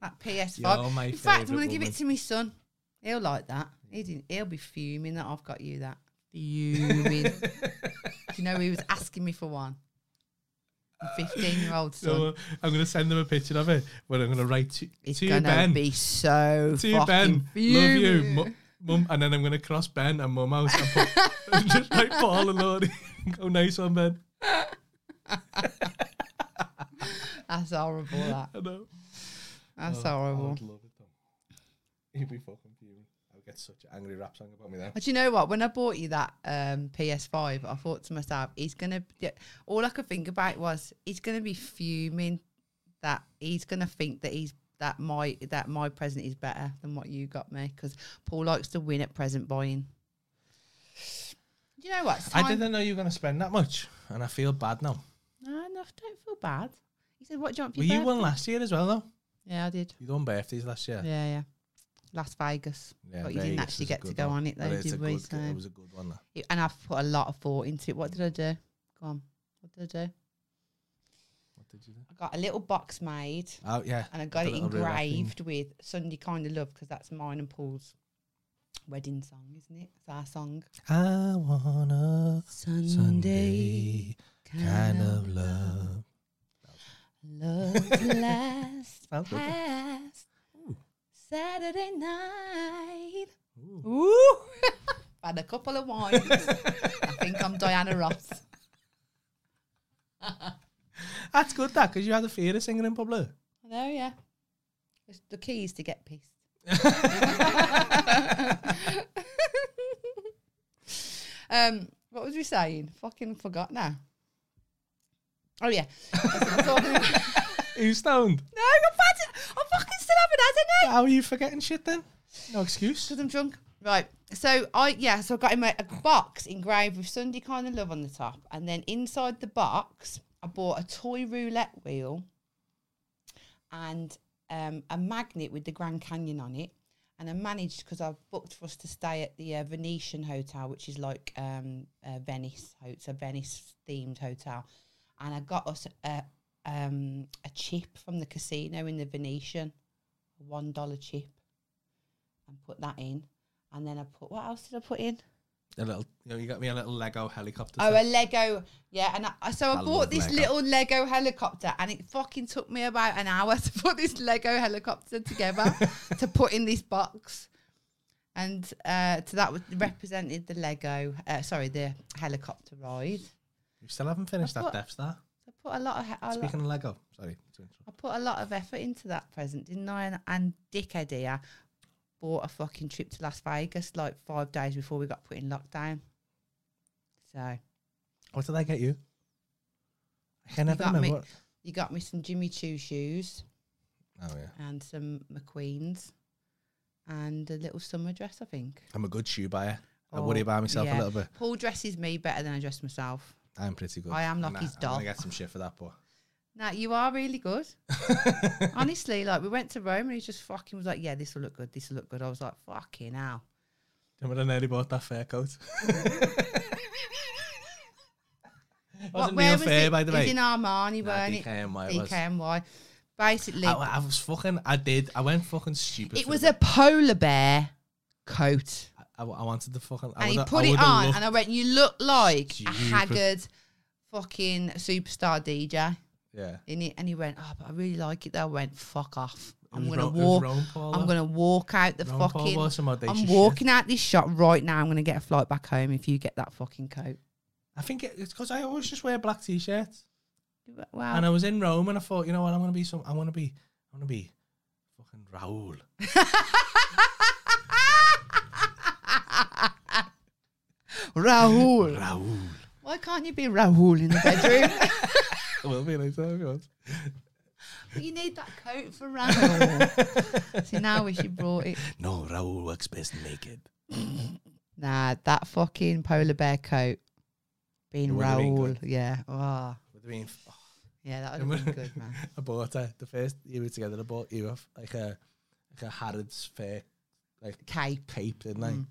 that PS5.
You're my
In fact, I'm gonna
favourite
give
woman.
it to my son. He'll like that. He didn't, he'll be fuming that I've got you that. Fuming. Do you know he was asking me for one? My 15 year old son.
So uh, I'm going to send them a picture of it, but I'm going to write to,
It's
to
gonna
Ben.
be so
to
fucking
Ben. Love you,
fuming.
mu- mum. And then I'm going to cross Ben and mum out and
[laughs]
put, [laughs] just like Paul and Lordy. [laughs] Go nice on Ben.
That's horrible. That.
I know.
That's
Oh, I
horrible.
would love it though. He'd be fucking fuming. I would get such an angry rap song about me then.
Do you know what? When I bought you that um, PS5, I thought to myself, he's gonna. yeah, All I could think about was he's gonna be fuming that he's gonna think that he's that my that my present is better than what you got me because Paul likes to win at present buying. Do you know what? It's
I
time-
didn't know you were going to spend that much, and I feel bad now.
No, no, don't feel bad. He said, "What do you want for
Were
your
you one
birthday?"
last year as well though?
Yeah, I did.
You done birthdays last year.
Yeah, yeah. Las Vegas. but you didn't
Vegas
actually
is a
get to
good
go
one.
on it though,
But it's
did
a
we?
good-
So-
It was a good one. Though.
It- and I've put a lot of thought into it. What did I do? Go on. What did I do?
What did you do?
I got a little box made
Oh yeah,
and I got
The
it
little red rap thing.
engraved with Sunday Kind of Love because that's mine and Paul's wedding song, isn't it? It's our song.
I wanna Sunday kind
kinda
of love.
Love
[laughs]
to last
Sounds good.
past
Ooh.
Saturday night.
Ooh.
Ooh. [laughs] Had a couple of wines. I think I'm Diana Ross.
That's good, that because you had a fear of singing in public.
I know, yeah. It's the key is to get pissed. um, what was we saying? Fucking forgot now. Oh yeah. I'm talking about-
You stoned.
no, I'm bad. I fucking still haven't had any.
How are you forgetting shit then? No excuse.
Because I'm drunk. Right. So I yeah, so I got him a, a box engraved with Sunday kind of love on the top, and then inside the box I bought a toy roulette wheel and um, a magnet with the Grand Canyon on it. And I managed because I booked for us to stay at the uh, Venetian Hotel, which is like um, uh, Venice. ho- It's a Venice themed hotel, and I got us a um, a chip from the casino in the Venetian, a one dollar chip and put that in. And then I put what else did I put in?
A little, you, know, you got me a little Lego helicopter.
Oh,
set.
a Lego. Yeah, and I, so I,
I love
bought this
Lego.
little Lego helicopter, and it fucking took me about an hour [laughs] to put this Lego
[laughs]
helicopter together to put in this box. And uh, so that was represented the Lego, uh, sorry, the helicopter ride.
you still haven't finished
I
that
thought-
Death Star.
I put a lot of, he- a lot-
Speaking of Lego, sorry. to interrupt.
I put a lot of effort into that present, didn't I? And, and Dick idea bought a fucking trip to Las Vegas like five days before we got put in lockdown. So
What did I get you? I can
You
never
got me-
remember. What...
you got me some Jimmy Choo shoes
Oh yeah,
and some McQueens and a little summer dress, I think.
I'm a good shoe buyer. I
Oh,
worry about myself
yeah.
a little bit.
Paul dresses me better than I dress myself.
I'm pretty good.
I am like
Nah,
his
I'm
doll.
gonna get some shit for that, but
Now you are
[laughs]
really good. Honestly, like we went to Rome and he just fucking was like, "Yeah, this will look good. This will look good." I was like, "Fucking hell."
remember I nearly bought that fur
[laughs]
coat?
What-
Wasn't Neil Fair,
it?
by the
It was
way.
in Armani,
Nah,
weren't it?
DKNY was.
DKNY. Basically,
I, I was fucking. I did. I went fucking stupid.
it
for
was
the-
a polar bear coat.
I, I wanted the fucking. I
and he
would've-
put
I
it
would've
on,
looked-
and I went, You look like a
Stupid.
haggard fucking superstar DJ.
yeah.
In it, and he went, Oh, but I really like it though. I went, Fuck off. I'm
It was
going to
Ro- it was
walk.
Ron Paul,
I'm
though.
going to walk out the
Ron Paul wore
fucking.
some audacious
I'm
shit.
walking out this shop right now. I'm going to get a flight back home if you get that fucking coat.
I think it, it's because I always just wear black t-shirts.
Wow.
And I was in Rome, and I thought, you know what? I'm gonna be some. I'm gonna be. I'm gonna be fucking Raoul.
[laughs] Rahul.
Raoul.
Why can't you be Rahul in the
[laughs]
bedroom?
I will be later. if you want.
you need that coat for Rahul. See, now I wish you brought it.
[laughs] No, Raoul works best naked.
Nah, that fucking polar bear coat. Being
It would have been
Rahul.
good.
Yeah. Ah,
I mean, f-
Yeah, that would have been
[laughs]
good, man.
I bought uh, the first year we were together. I bought you off like a like a Harrods fair
Cape.
cape, didn't I?
Mm.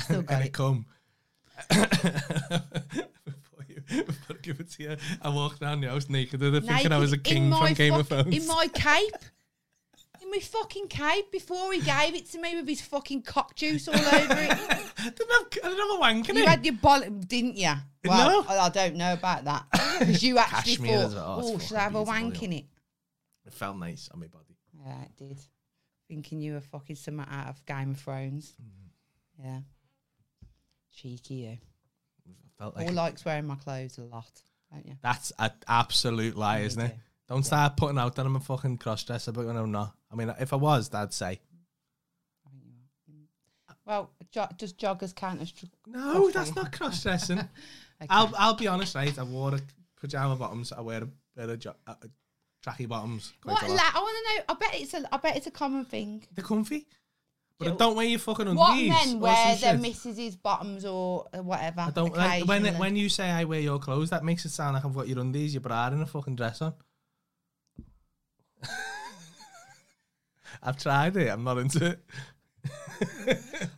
Still
and
got
it,
it.
come. [laughs] Before you- before I give it to you, I walked down the house naked, with it, thinking I was a
Naked in
king
my
from Game of
fuck-
Thrones.
In
[laughs]
my cape. In my fucking cape before he gave it to me with his fucking cock juice all
[laughs]
over it.
didn't have, I didn't have a wank in
You
it.
had your bol didn't you? Well,
No.
I, I don't know about that. Because you actually
Cashmere
thought,
as well, it's
oh,
fucking
should I have a
beautiful,
wank
yeah.
in it?
it felt nice on my body.
Yeah, it did. Thinking you were fucking something out of Game of Thrones. Yeah. Cheeky you.
It felt
All
like
likes wearing my clothes a lot, don't you?
that's an absolute lie,
Me
isn't it?
too.
Don't start putting out that I'm a fucking cross dresser, but when I'm not. I mean, if I was, I'd say
I think you are. Mm. Well, jo- does joggers count as tr-
no.
Okay.
That's not cross dressing.
[laughs] okay.
I'll I'll be honest, right? I wore a pajama bottoms. I wear a pair of jo- uh, tracky bottoms. Quite
What?
a
La-
lot.
I want to know. I bet it's a. I bet it's a common thing.
They're comfy, but
Yeah,
I don't wear your fucking undies.
What men
or
wear
some
their
shit.
missus's bottoms or uh, whatever?
I don't like when
occasionally?
when you say I wear your clothes. That makes it sound like I've got your undies, your bra, and a fucking dress on. [laughs] I've tried it. I'm not into it.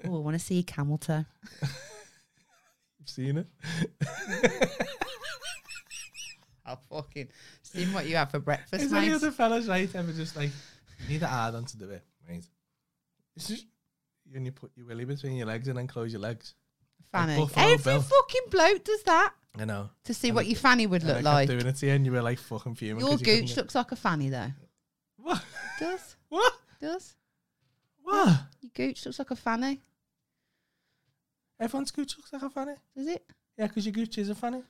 Oh, I want to see a camel toe.
You've seen it.
I'll fucking see what you have for breakfast,
Is any
mate.
other fellas right ever just dus, like you need to add on to do it, mate? It's just you and you put your willy between your legs and then close your legs.
fanny.
Buffalo
Every
Bill.
fucking bloke does that
I know.
to see
And
what
I-
your fanny would
And I
look
kept
like.
doing it to you, and you were like fucking fuming.
Your
'cause you couldn't
gooch
get-
looks like a fanny though.
What?
Does
What?
does
What?
your gooch looks like a fanny?
Everyone's gooch looks like a fanny.
Does it?
Yeah, because your gooch is a fanny.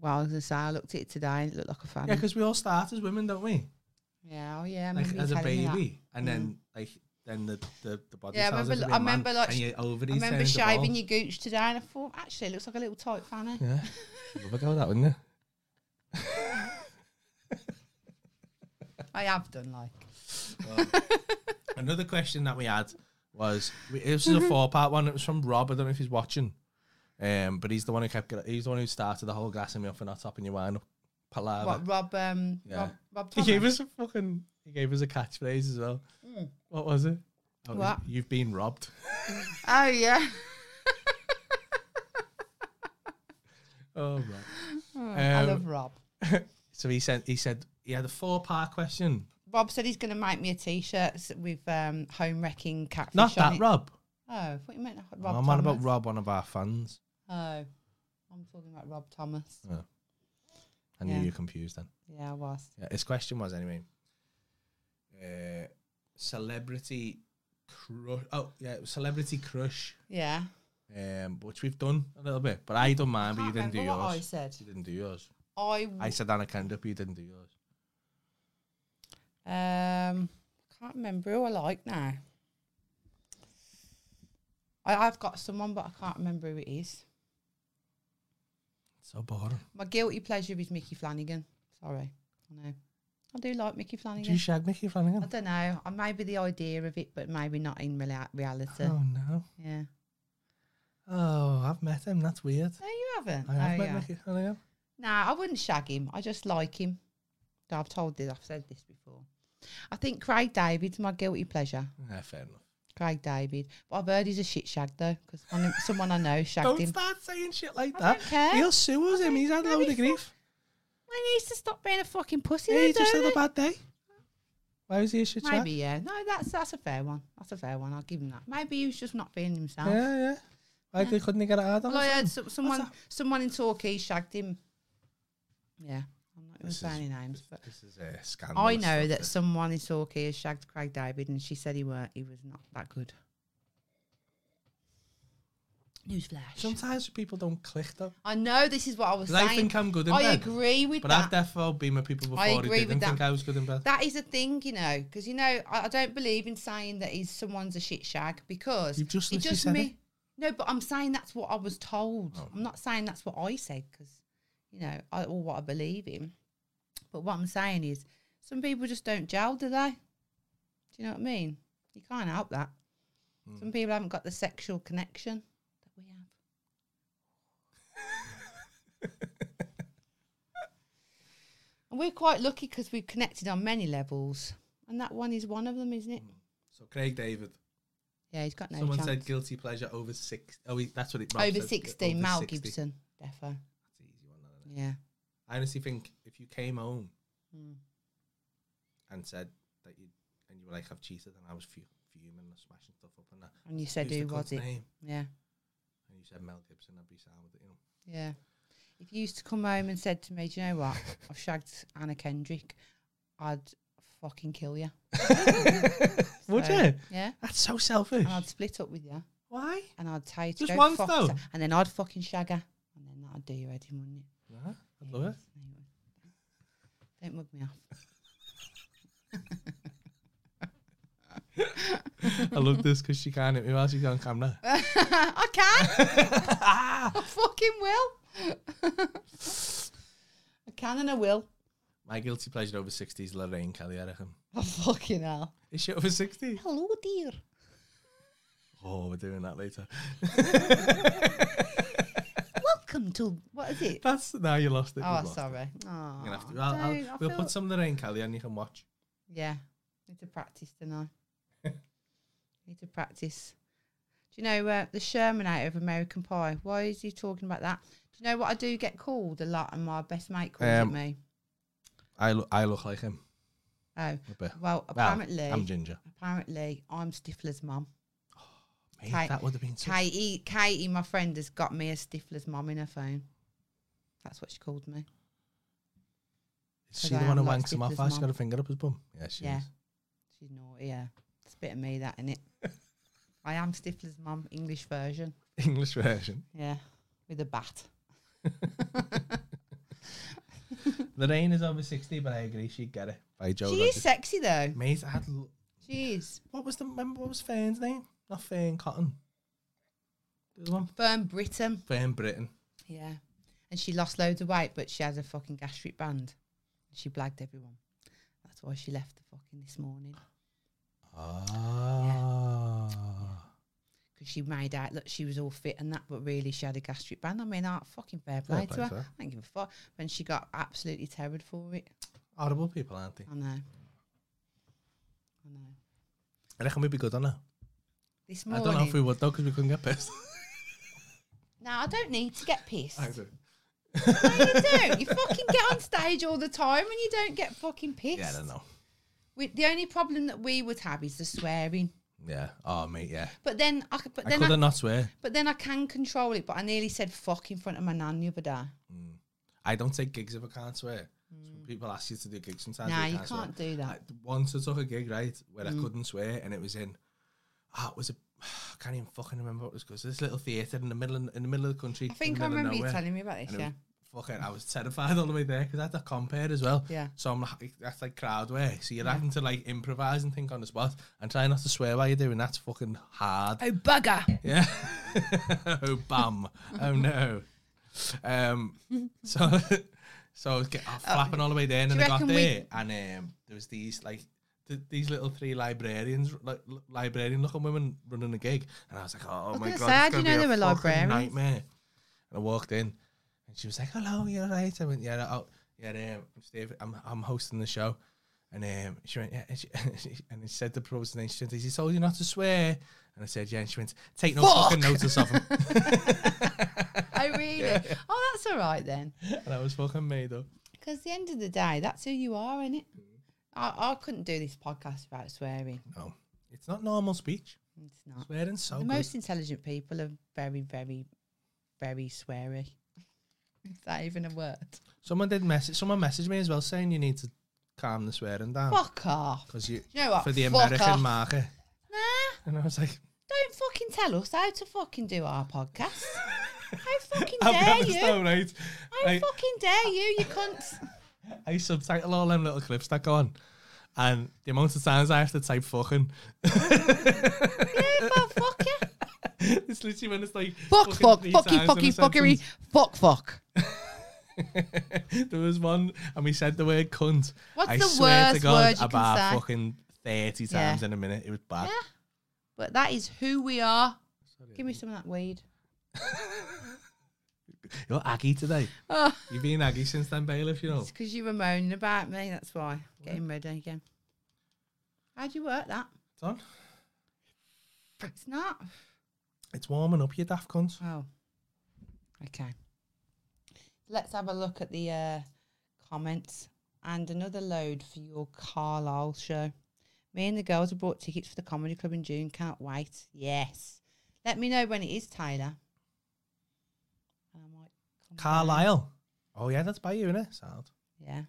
Well, as I say, I looked at it today and it looked like a fanny.
Yeah, because we all start as women, don't we?
Yeah, oh yeah. I
Like
remember you
as a
telling me that.
baby, and then like then the the, the body.
Yeah, I
tells us
remember-
to be
I
a man,
remember, like,
and your
I
ovaries
remember
turns to
shaving
balls.
your gooch today and I thought, actually, it looks like a little tight eh?" fanny.
Yeah, love a go at that, wouldn't you?
I have done like.
Another question that we had was we- this is a
Mm-hmm.
four part one. It was from Rob. I don't know if he's watching, um, but he's the one who kept. He's the one who started the whole gassing me off for not topping your wine up. Palaver.
What, Rob, um,
Yeah.
Rob,
He
Rob Thomas?
gave us a fucking. He gave us a catchphrase as well. What was it? Oh, it was,
What?
You've been robbed.
Oh, [laughs] yeah.
[laughs] Oh, right.
Hmm, I
Um,
love Rob.
So he said. He said he had a four part question.
Rob said he's going to make me a t shirt with um, home wrecking catfish.
Not
on
that
it.
Rob.
Oh, I thought you meant Rob.
I'm
Thomas.
on about Rob, one of our fans.
Oh, I'm talking about Rob Thomas.
I knew
Yeah.
you were confused then.
Yeah, I was.
Yeah, his question was anyway. Uh, celebrity crush. Oh yeah, it was celebrity crush.
Yeah.
Um, which we've done a little bit, but I done mine, but you
Can't
didn't do
remember what I Mm.
yours.
said.
You didn't do yours.
I,
I said Anna Kendrick, but you didn't do yours.
Um, can't remember who I like now. I, I've got someone, but I can't remember who it is.
So boring.
My guilty pleasure is Mickey Flanagan. Sorry, I know. I do like Mickey
Do you
Flanagan.
shag Mickey
I
Flanagan?
don't know. I maybe the idea of it, but maybe not in rela- reality.
Oh no.
Yeah.
Oh, I've met him. That's weird.
No, you haven't.
I have
Oh,
met
yeah.
Mickey Flanagan.
Nah, I wouldn't shag him. I just like him. No, I've told this. I've said this before. I think Craig David's my guilty pleasure.
Yeah, fair enough.
Craig David. But I've heard he's a shit shag though, because someone I know shagged
Don't
him.
start saying shit like
I
that.
don't care.
He'll sue us. Him. He's had a
no,
load of
he's
grief.
Well, he needs to stop being a fucking pussy.
Yeah,
then,
he just
don't
had a
he?
bad day. Why was he a shit shag?
Maybe, yeah. No, that's that's a fair one. That's a fair one. I'll give him that. Maybe he was just not being himself.
Yeah, yeah. Why they couldn't they get it out of
Well, I
him?
heard so, someone
that?
someone in Torquay shagged him. Yeah, I'm not going to
This
say
is-
any names, but
This is uh, a scandal.
I know that someone in Torquay has shagged Craig David, and she said he were he was not that good. Newsflash.
Sometimes people don't click though.
I know this is what I was
'Cause I
saying.
think I'm good in
I
bed,
agree with
But
that.
I've definitely been with people before
I
who
agree with
didn't
that.
think I was good in bed.
That is a thing, you know, because you know I, I don't believe in saying that he's someone's a shit shag because
You've just literally said it. Oh.
No, but I'm saying that's what I was told. I'm not saying that's what I said because you know I, or what I believe in. But what I'm saying is, some people just don't gel, do they? Do you know what I mean? You can't help that.
Hmm.
Some people haven't got the sexual connection that we have. And we're quite lucky because we've connected on many levels, and that one is one of them, isn't it?
So Craig David.
Yeah, he's got no
Hmm. Someone
chance.
said guilty pleasure over six. Oh, he- that's what it. Rob
Over
said,
sixty,
over
Mal
60.
Gibson, defo.
That's an easy one, isn't it?
Yeah,
I honestly think if you came home
Mm.
and said that you and you were like I've cheated and I was fu- fuming and smashing stuff up and that.
and you said
"Who's
who
the
was
cunt's
it?
name?"
Yeah,
And you said Mel Gibson. I'd be sound with it, you know.
yeah. If you used to come home and said to me, "Do you know
[laughs]
what? I've shagged Anna Kendrick," I'd fucking kill you.
[laughs] Would
So,
you? [laughs]
Yeah,
That's so selfish.
and I'd split up with you,
Why?
and I'd tell you to
Just
go
once,
fuck
though?
yourself, and then I'd fucking shag her, and then that'd do your head in, wouldn't it?
Nah, I'd
Yeah,
love it.
no, you wouldn't. Don't mug me off. [laughs]
[laughs] I love this because she can't hit me while she's on camera.
I can.
[laughs]
I fucking will. [laughs] I can and I will.
My guilty pleasure over 60 is Lorraine Kelly, I reckon.
Oh, fucking hell.
Is she over 60?
Hello, dear.
Oh, we're doing that later.
Welcome to what is it?
That's now you lost it.
Oh,
You've lost it.
sorry. Oh,
I'm gonna have to. I'll, I'll- we'll put some Lorraine Kelly on. You can watch.
Yeah, need to practice
[laughs]
tonight. need to practice. Do you know uh, the Shermanator of American Pie? Why is he talking about that? Do you know what I do get called a lot, and my best mate calls
Um,
it me.
I look. I look like him.
Oh,
A bit.
well, apparently,
I'm ginger.
apparently, I'm Stifler's mum.
Mate,
Kate-
that would have been. so
Katie, Katie, my friend, has got me a Stifler's mum in her phone. That's what she called me.
is she
I
the
am
one who
like
wanks him off? Ah,
Stifler's
She's
mum.
got a finger up his bum. Yeah, she
Yeah.
is.
She's naughty, yeah. It's a bit of me, that, [laughs] innit? I am Stifler's mum, English version.
[laughs] English
[laughs]
version.
Yeah, with a bat.
Lorraine is over 60, but I agree she'd get it. By Joe.
she is
Rogers.
sexy, though.
Mate, I had. l-
She is.
What was the remember? What was Fern's name? Not Fern Cotton. The other one.
Firm Britain.
Fern Britain.
Yeah. And she lost loads of weight, but she has a fucking gastric band. She blagged everyone. That's why she left the fucking this morning.
Ah.
Because she made out that she was all fit and that, but really she had a gastric band. I mean, I fucking fair play to her. I don't give a fuck. When she got absolutely terrified for it.
Horrible people, aren't they?
I know. I know.
I reckon we'd be good on her.
This
I
morning.
don't know if we would though, because we couldn't get [laughs] pissed.
No, I don't need to get pissed.
do.
No, you don't. You fucking get on stage all the time and you don't get fucking pissed.
Yeah, I don't know.
We, the only problem that we would have is the swearing.
Yeah. Oh, mate. Yeah.
But then I could, but
I
then
could
I,
have not swear.
but then I can control it. But I nearly said fuck in front of my nan the other day.
I don't take gigs if I can't swear. So when people ask you to do gigs sometimes.
Nah,
you
you
can't,
can't
swear.
do that.
Like, once I took a gig right where
Mm.
I couldn't swear, and it was in. Ah, it was a. [sighs] I can't even fucking remember what it was because this little theatre in the middle in the middle of the country.
I think I remember you telling me about this.
And it
Yeah,
was fucking, I was terrified all the way there because I had to compare as well.
Yeah.
So I'm like, that's like crowd work. So you're having to like improvise and think on the spot and try not to swear while you're doing that's fucking hard.
oh bugger!
Yeah. [laughs] oh bum. oh no. Um. So, [laughs] so I was get, I was flapping all the way there, and
Oh, do
then
you
I got
reckon we-
there, and um, there was these like. th- These little three librarians, like li- librarian-looking women, running a gig, and I was like, "Oh my
gonna
god,
say, how
it's
do you
gonna
know
be a
they were
fucking
librarians?
Nightmare. And I walked in, and she was like, "Hello, you're right." I went, "Yeah, oh, yeah, um, I'm Steve. I'm I'm hosting the show." And um, she went, "Yeah," and she, [laughs] and she said the proposed name. She said, "He told you not to swear." And I said, "Yeah." And she went, "Take no fucking notice of
[laughs]
him."
oh
[laughs]
really? Oh, that's all right then.
and I was fucking made up.
Because the end of the day, that's who you are, innit? I, I couldn't do this podcast without swearing.
No, it's not normal speech.
It's not.
Swearing's so
the
Oh, good.
most intelligent people are very, very, very sweary. [laughs] Is that even a word?
someone did message. Someone messaged me as well saying you need to calm the swearing down
Fuck off.
because you,
You know what?
for the
Fuck
American
off.
market. [laughs]
Nah,
And I was like,
don't fucking tell us how to fucking do our podcast.
[laughs]
How fucking
"I'm
dare
honest,
you?
though, right?"
How
Like,
fucking dare you, you cunts.
[laughs] I subtitle all them little clips that go on, and the amount of times I have to type fucking.
Yeah, well, fuck you.
[laughs] it's literally when it's like
Fuck, fuck,
fucking three
fucky,
times in a
fucky, fuckery,
sentence.
fuck, fuck.
[laughs] there was one, and we said the word cunt.
What's
I
the
swear to
worst
God,
word you can
about
say?
fucking thirty
Yeah.
times in a minute. It was bad.
Yeah. But that is who we are. Give me some of that weed.
You're Aggie today.
Oh,
You've been Aggie since then, bailiff, you know.
[laughs] it's because you were moaning about me. That's why. Getting ready again. How'd you work that?
It's on.
It's not.
It's warming up, you daft cunts.
Oh. Okay. Let's have a look at the uh, comments and another load for your Carlisle show. Me and the girls have bought tickets for the comedy club in June. Can't wait. Yes. Let me know when it is, Taylor. And I might come down.
Carlisle. Oh, yeah, that's by you, innit? Sound.
Yeah.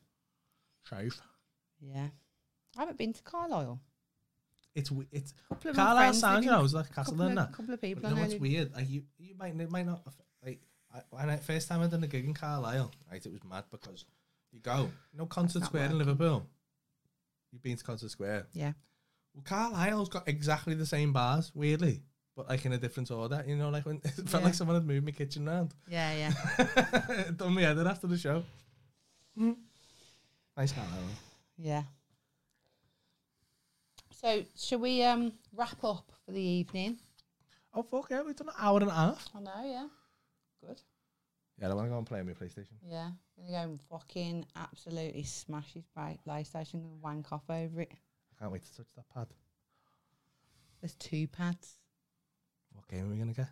Safe.
Yeah. I haven't been to Carlisle.
It's, we- it's,
Couple of my
Carlisle
friends
sounds,
live
you
in-
know, it's like a castle,
couple,
isn't
of,
it?
couple of
But
people
you
I
know
know.
what's
live-
weird? Like you, you might, it might not. Like I, when I first time I done a gig in Carlisle, right, it was mad because you go, you know, Concert
not
Square in
working.
Liverpool. You've been to Concert Square.
Yeah.
Well, Carlisle's got exactly the same bars, weirdly, but like in a different order. You know, like when [laughs] it felt
Yeah.
like someone had moved my kitchen round.
Yeah, yeah.
It [laughs] done me headed after the show. Mm. Nice Carlisle.
Yeah. So, shall we um, wrap up for the evening?
Oh fuck yeah, we've done an hour and a half.
I know, yeah. Good.
Yeah, I want to go and play on my PlayStation.
Yeah. I'm gonna go and fucking absolutely smash his bike PlayStation and wank off over it.
I can't wait to touch that pad.
There's two pads.
What game are we gonna get?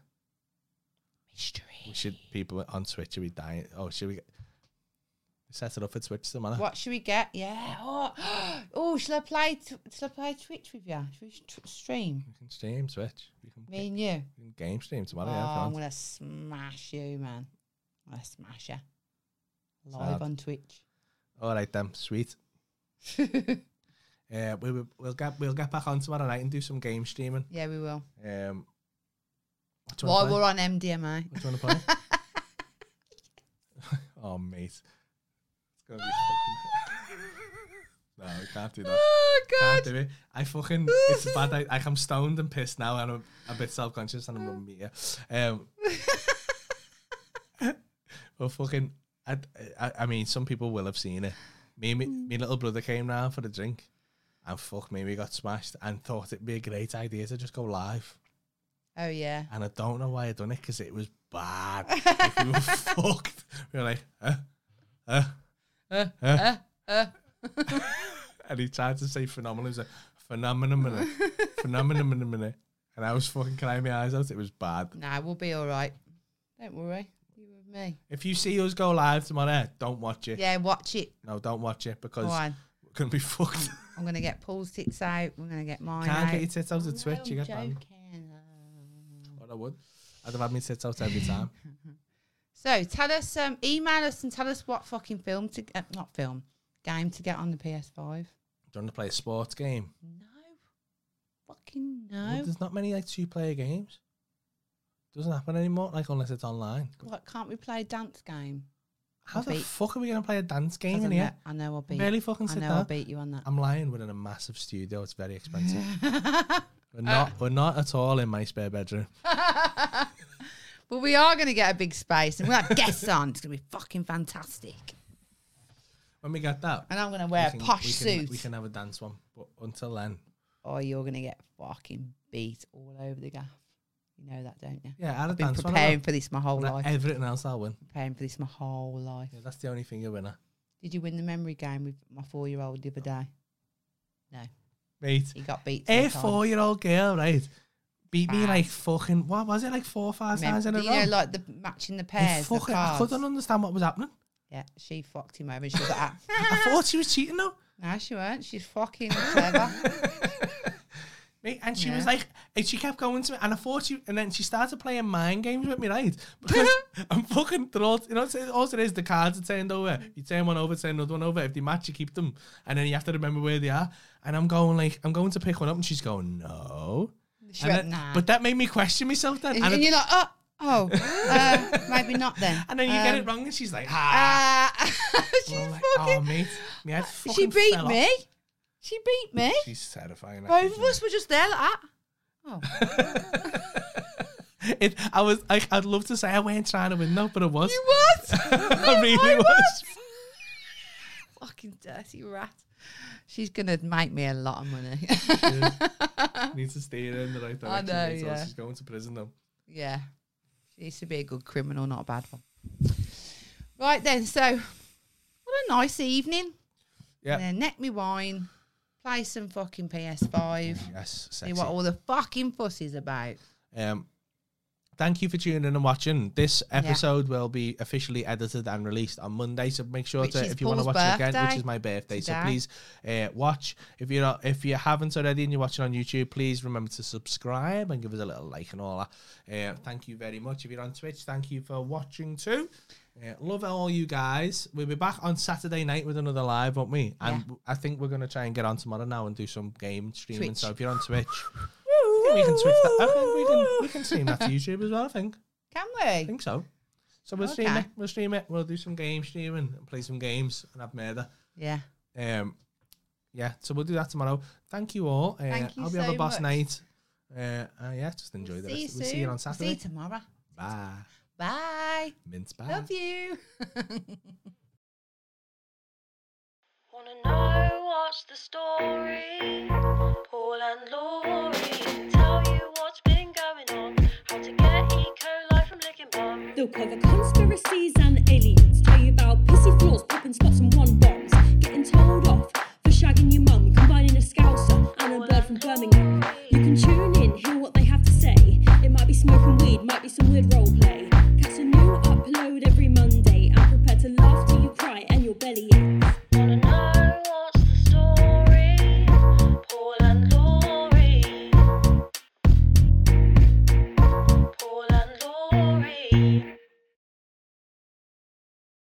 Mystery.
We should people on Switch should be dying. Oh, should we get, set it up at Switch tomorrow?
What should we get? Yeah. [gasps] Oh, oh shall I play? T- shall I play Twitch with you? Should we tr- stream?
We can stream Switch. We can,
Me and you.
we can game stream tomorrow.
Oh,
yeah,
I'm
can't.
gonna smash you, man. I'm gonna smash you. Live
Sad.
on Twitch. [laughs]
All right then, sweet. Uh, we, we we'll get we'll get back on tomorrow night and do some game streaming.
yeah, we will.
Um, what do you
While
want to
we're
play?
on
[laughs]
MDMA.
What do you want
[laughs]
to play? oh mate, it's gonna be. fucking- no, we can't do that.
[laughs] Oh
Can't
God.
do it. I fucking it's a bad. I, like, I'm stoned and pissed now, and I'm a bit self conscious, and I'm rubbing me here. Um, well, fucking. I, I I mean, some people will have seen it. Me, and me, me little brother came round for a drink, and fuck me, we got smashed, and thought it'd be a great idea to just go live.
[laughs] Oh yeah.
And I don't know why I done it because it was bad. Like, we were [laughs] fucked. We were like, huh, huh,
Uh,
huh.
uh, uh.
and he tried to say phenomenal. He was like, phenomenon, minute, phenomenon, minute, minute. And I was fucking crying my eyes out. It was bad.
Nah, we'll be all right. Don't worry. You and me.
If you see us go live tomorrow, don't watch it.
Yeah, watch it.
No, don't watch it because
Go on.
we're going to be fucked.
I'm going to get Paul's tits out. We're going to get mine
Can't
out.
get your tits out at Switch.
I'm
You get banned.
joking.
What I would. I'd have had my tits out every time.
So tell us, um, email us and tell us what fucking film to uh, not film game to get on the PS5.
Do you want to play a sports game?
No, fucking
Well,
no.
there's not many like two player games. Doesn't happen anymore, like unless it's online.
What can't we play a dance game?
How
I'll
the
beat-
fuck are we gonna play a dance
'Cause
game in
I, know,
here?
I know I'll beat.
Barely fucking
I
sit
know I'll
down.
beat you on that.
I'm lying. We're in a massive studio. It's very
[laughs]
expensive. We're not. we're not at all in my spare bedroom.
But we are going to get a big space and we'll have guests on. It's going to be fucking fantastic.
When we get that,
And I'm going to wear a posh
we
suit.
Can, we can have a dance one, but until then,
or you're going to get fucking beat all over the gaff. You know that, don't you?
yeah, I'd have
I've been
dance one.
preparing for this my whole
I'll-
life.
Everything else, I'll win.
Preparing for this my whole life.
Yeah, that's the only thing you're winner,
Did you win the memory game with my four year old the other day? No,
mate.
he got
A
beat. three times.
four-year-old girl, right? Beat me
Bad.
like fucking. What was it like four, or five
Mem-
times in a
do
row?
you know, like the matching the
I
pairs, the
fucking, I
cards.
couldn't understand what was
[laughs]
happening.
Yeah, she fucked him over. And she was like, [laughs] ah.
I thought she was cheating though.
no, she weren't. She's fucking clever.
[laughs] Mate, and she
Yeah.
was like, and she kept going to me, and I thought she, and then she started playing mind games with me, right?
[laughs]
Because I'm fucking thrilled. You know, it's, all it is, the cards are turned over. You turn one over, turn another one over. If they match, you keep them, and then you have to remember where they are. And I'm going like, I'm going to pick one up, and she's going, no.
She
And
went,
then-
nah.
But that made me question myself then.
and,
And,
and [laughs]
it-
you're like, oh,
[laughs]
oh, uh, maybe not then.
and then you get
Um,
it wrong, and she's like, ah.
Uh, [laughs] she's
And I'm like, oh,
fucking.
mate, me head
she
fucking
beat
fell off.
me. She beat me.
She's terrifying. that
Both
kid,
of us were just there like that. Oh,
It, I was like, I'd love to say I weren't trying to win, no, but it was.
[laughs] you
[laughs]
what?
I really [laughs]
I
was.
Fucking dirty rat. She's gonna make me a lot of money. [laughs]
Needs to steer her in the right
I
direction.
know,
mate, or else
yeah.
She's going to prison though.
yeah, she needs to be a good criminal, not a bad one. Right then, so what a nice evening.
Yeah.
And then neck me wine, play some fucking PS5,
Yes,
see
sexy.
what all the fucking fuss is about.
Um, thank you for tuning in and watching. This episode will be officially edited and released on Monday, so make sure
Which
to
is
if you want to
Paul's
watch it again, which
birthday
is my birthday. So
today.
please uh, watch. If you're not, if you haven't already and you're watching on YouTube, please remember to subscribe and give us a little like and all that. Uh, thank you very much. If you're on Twitch, thank you for watching too. Uh, love all you guys. We'll be back on Saturday night with another live, won't we? And I think we're gonna try and get on tomorrow now and do some game streaming. So
Twitch.
if you're on Twitch.
[laughs]
I think we can switch that. I think we can we can stream that to YouTube as well. I think I
Can we?
think so. So we'll stream
Okay.
it. We'll stream it. We'll do some game streaming and play some games and have murder.
Yeah.
Um, yeah. So we'll do that tomorrow. Thank you all. Uh,
Thank you
I'll be on the
so
boss
much.
night. Uh, uh, yeah, just enjoy the
See you
rest.
soon.
We'll see you on
See you
Saturday.
tomorrow.
Bye.
Bye.
Mince bye.
Love you. [laughs]
Wanna know what's the story? Paul and Laurie tell you what's been going on. How to get E. coli from licking bomb. They'll cover conspiracies and aliens. Tell you about pissy floors, popping spots, and one bomb.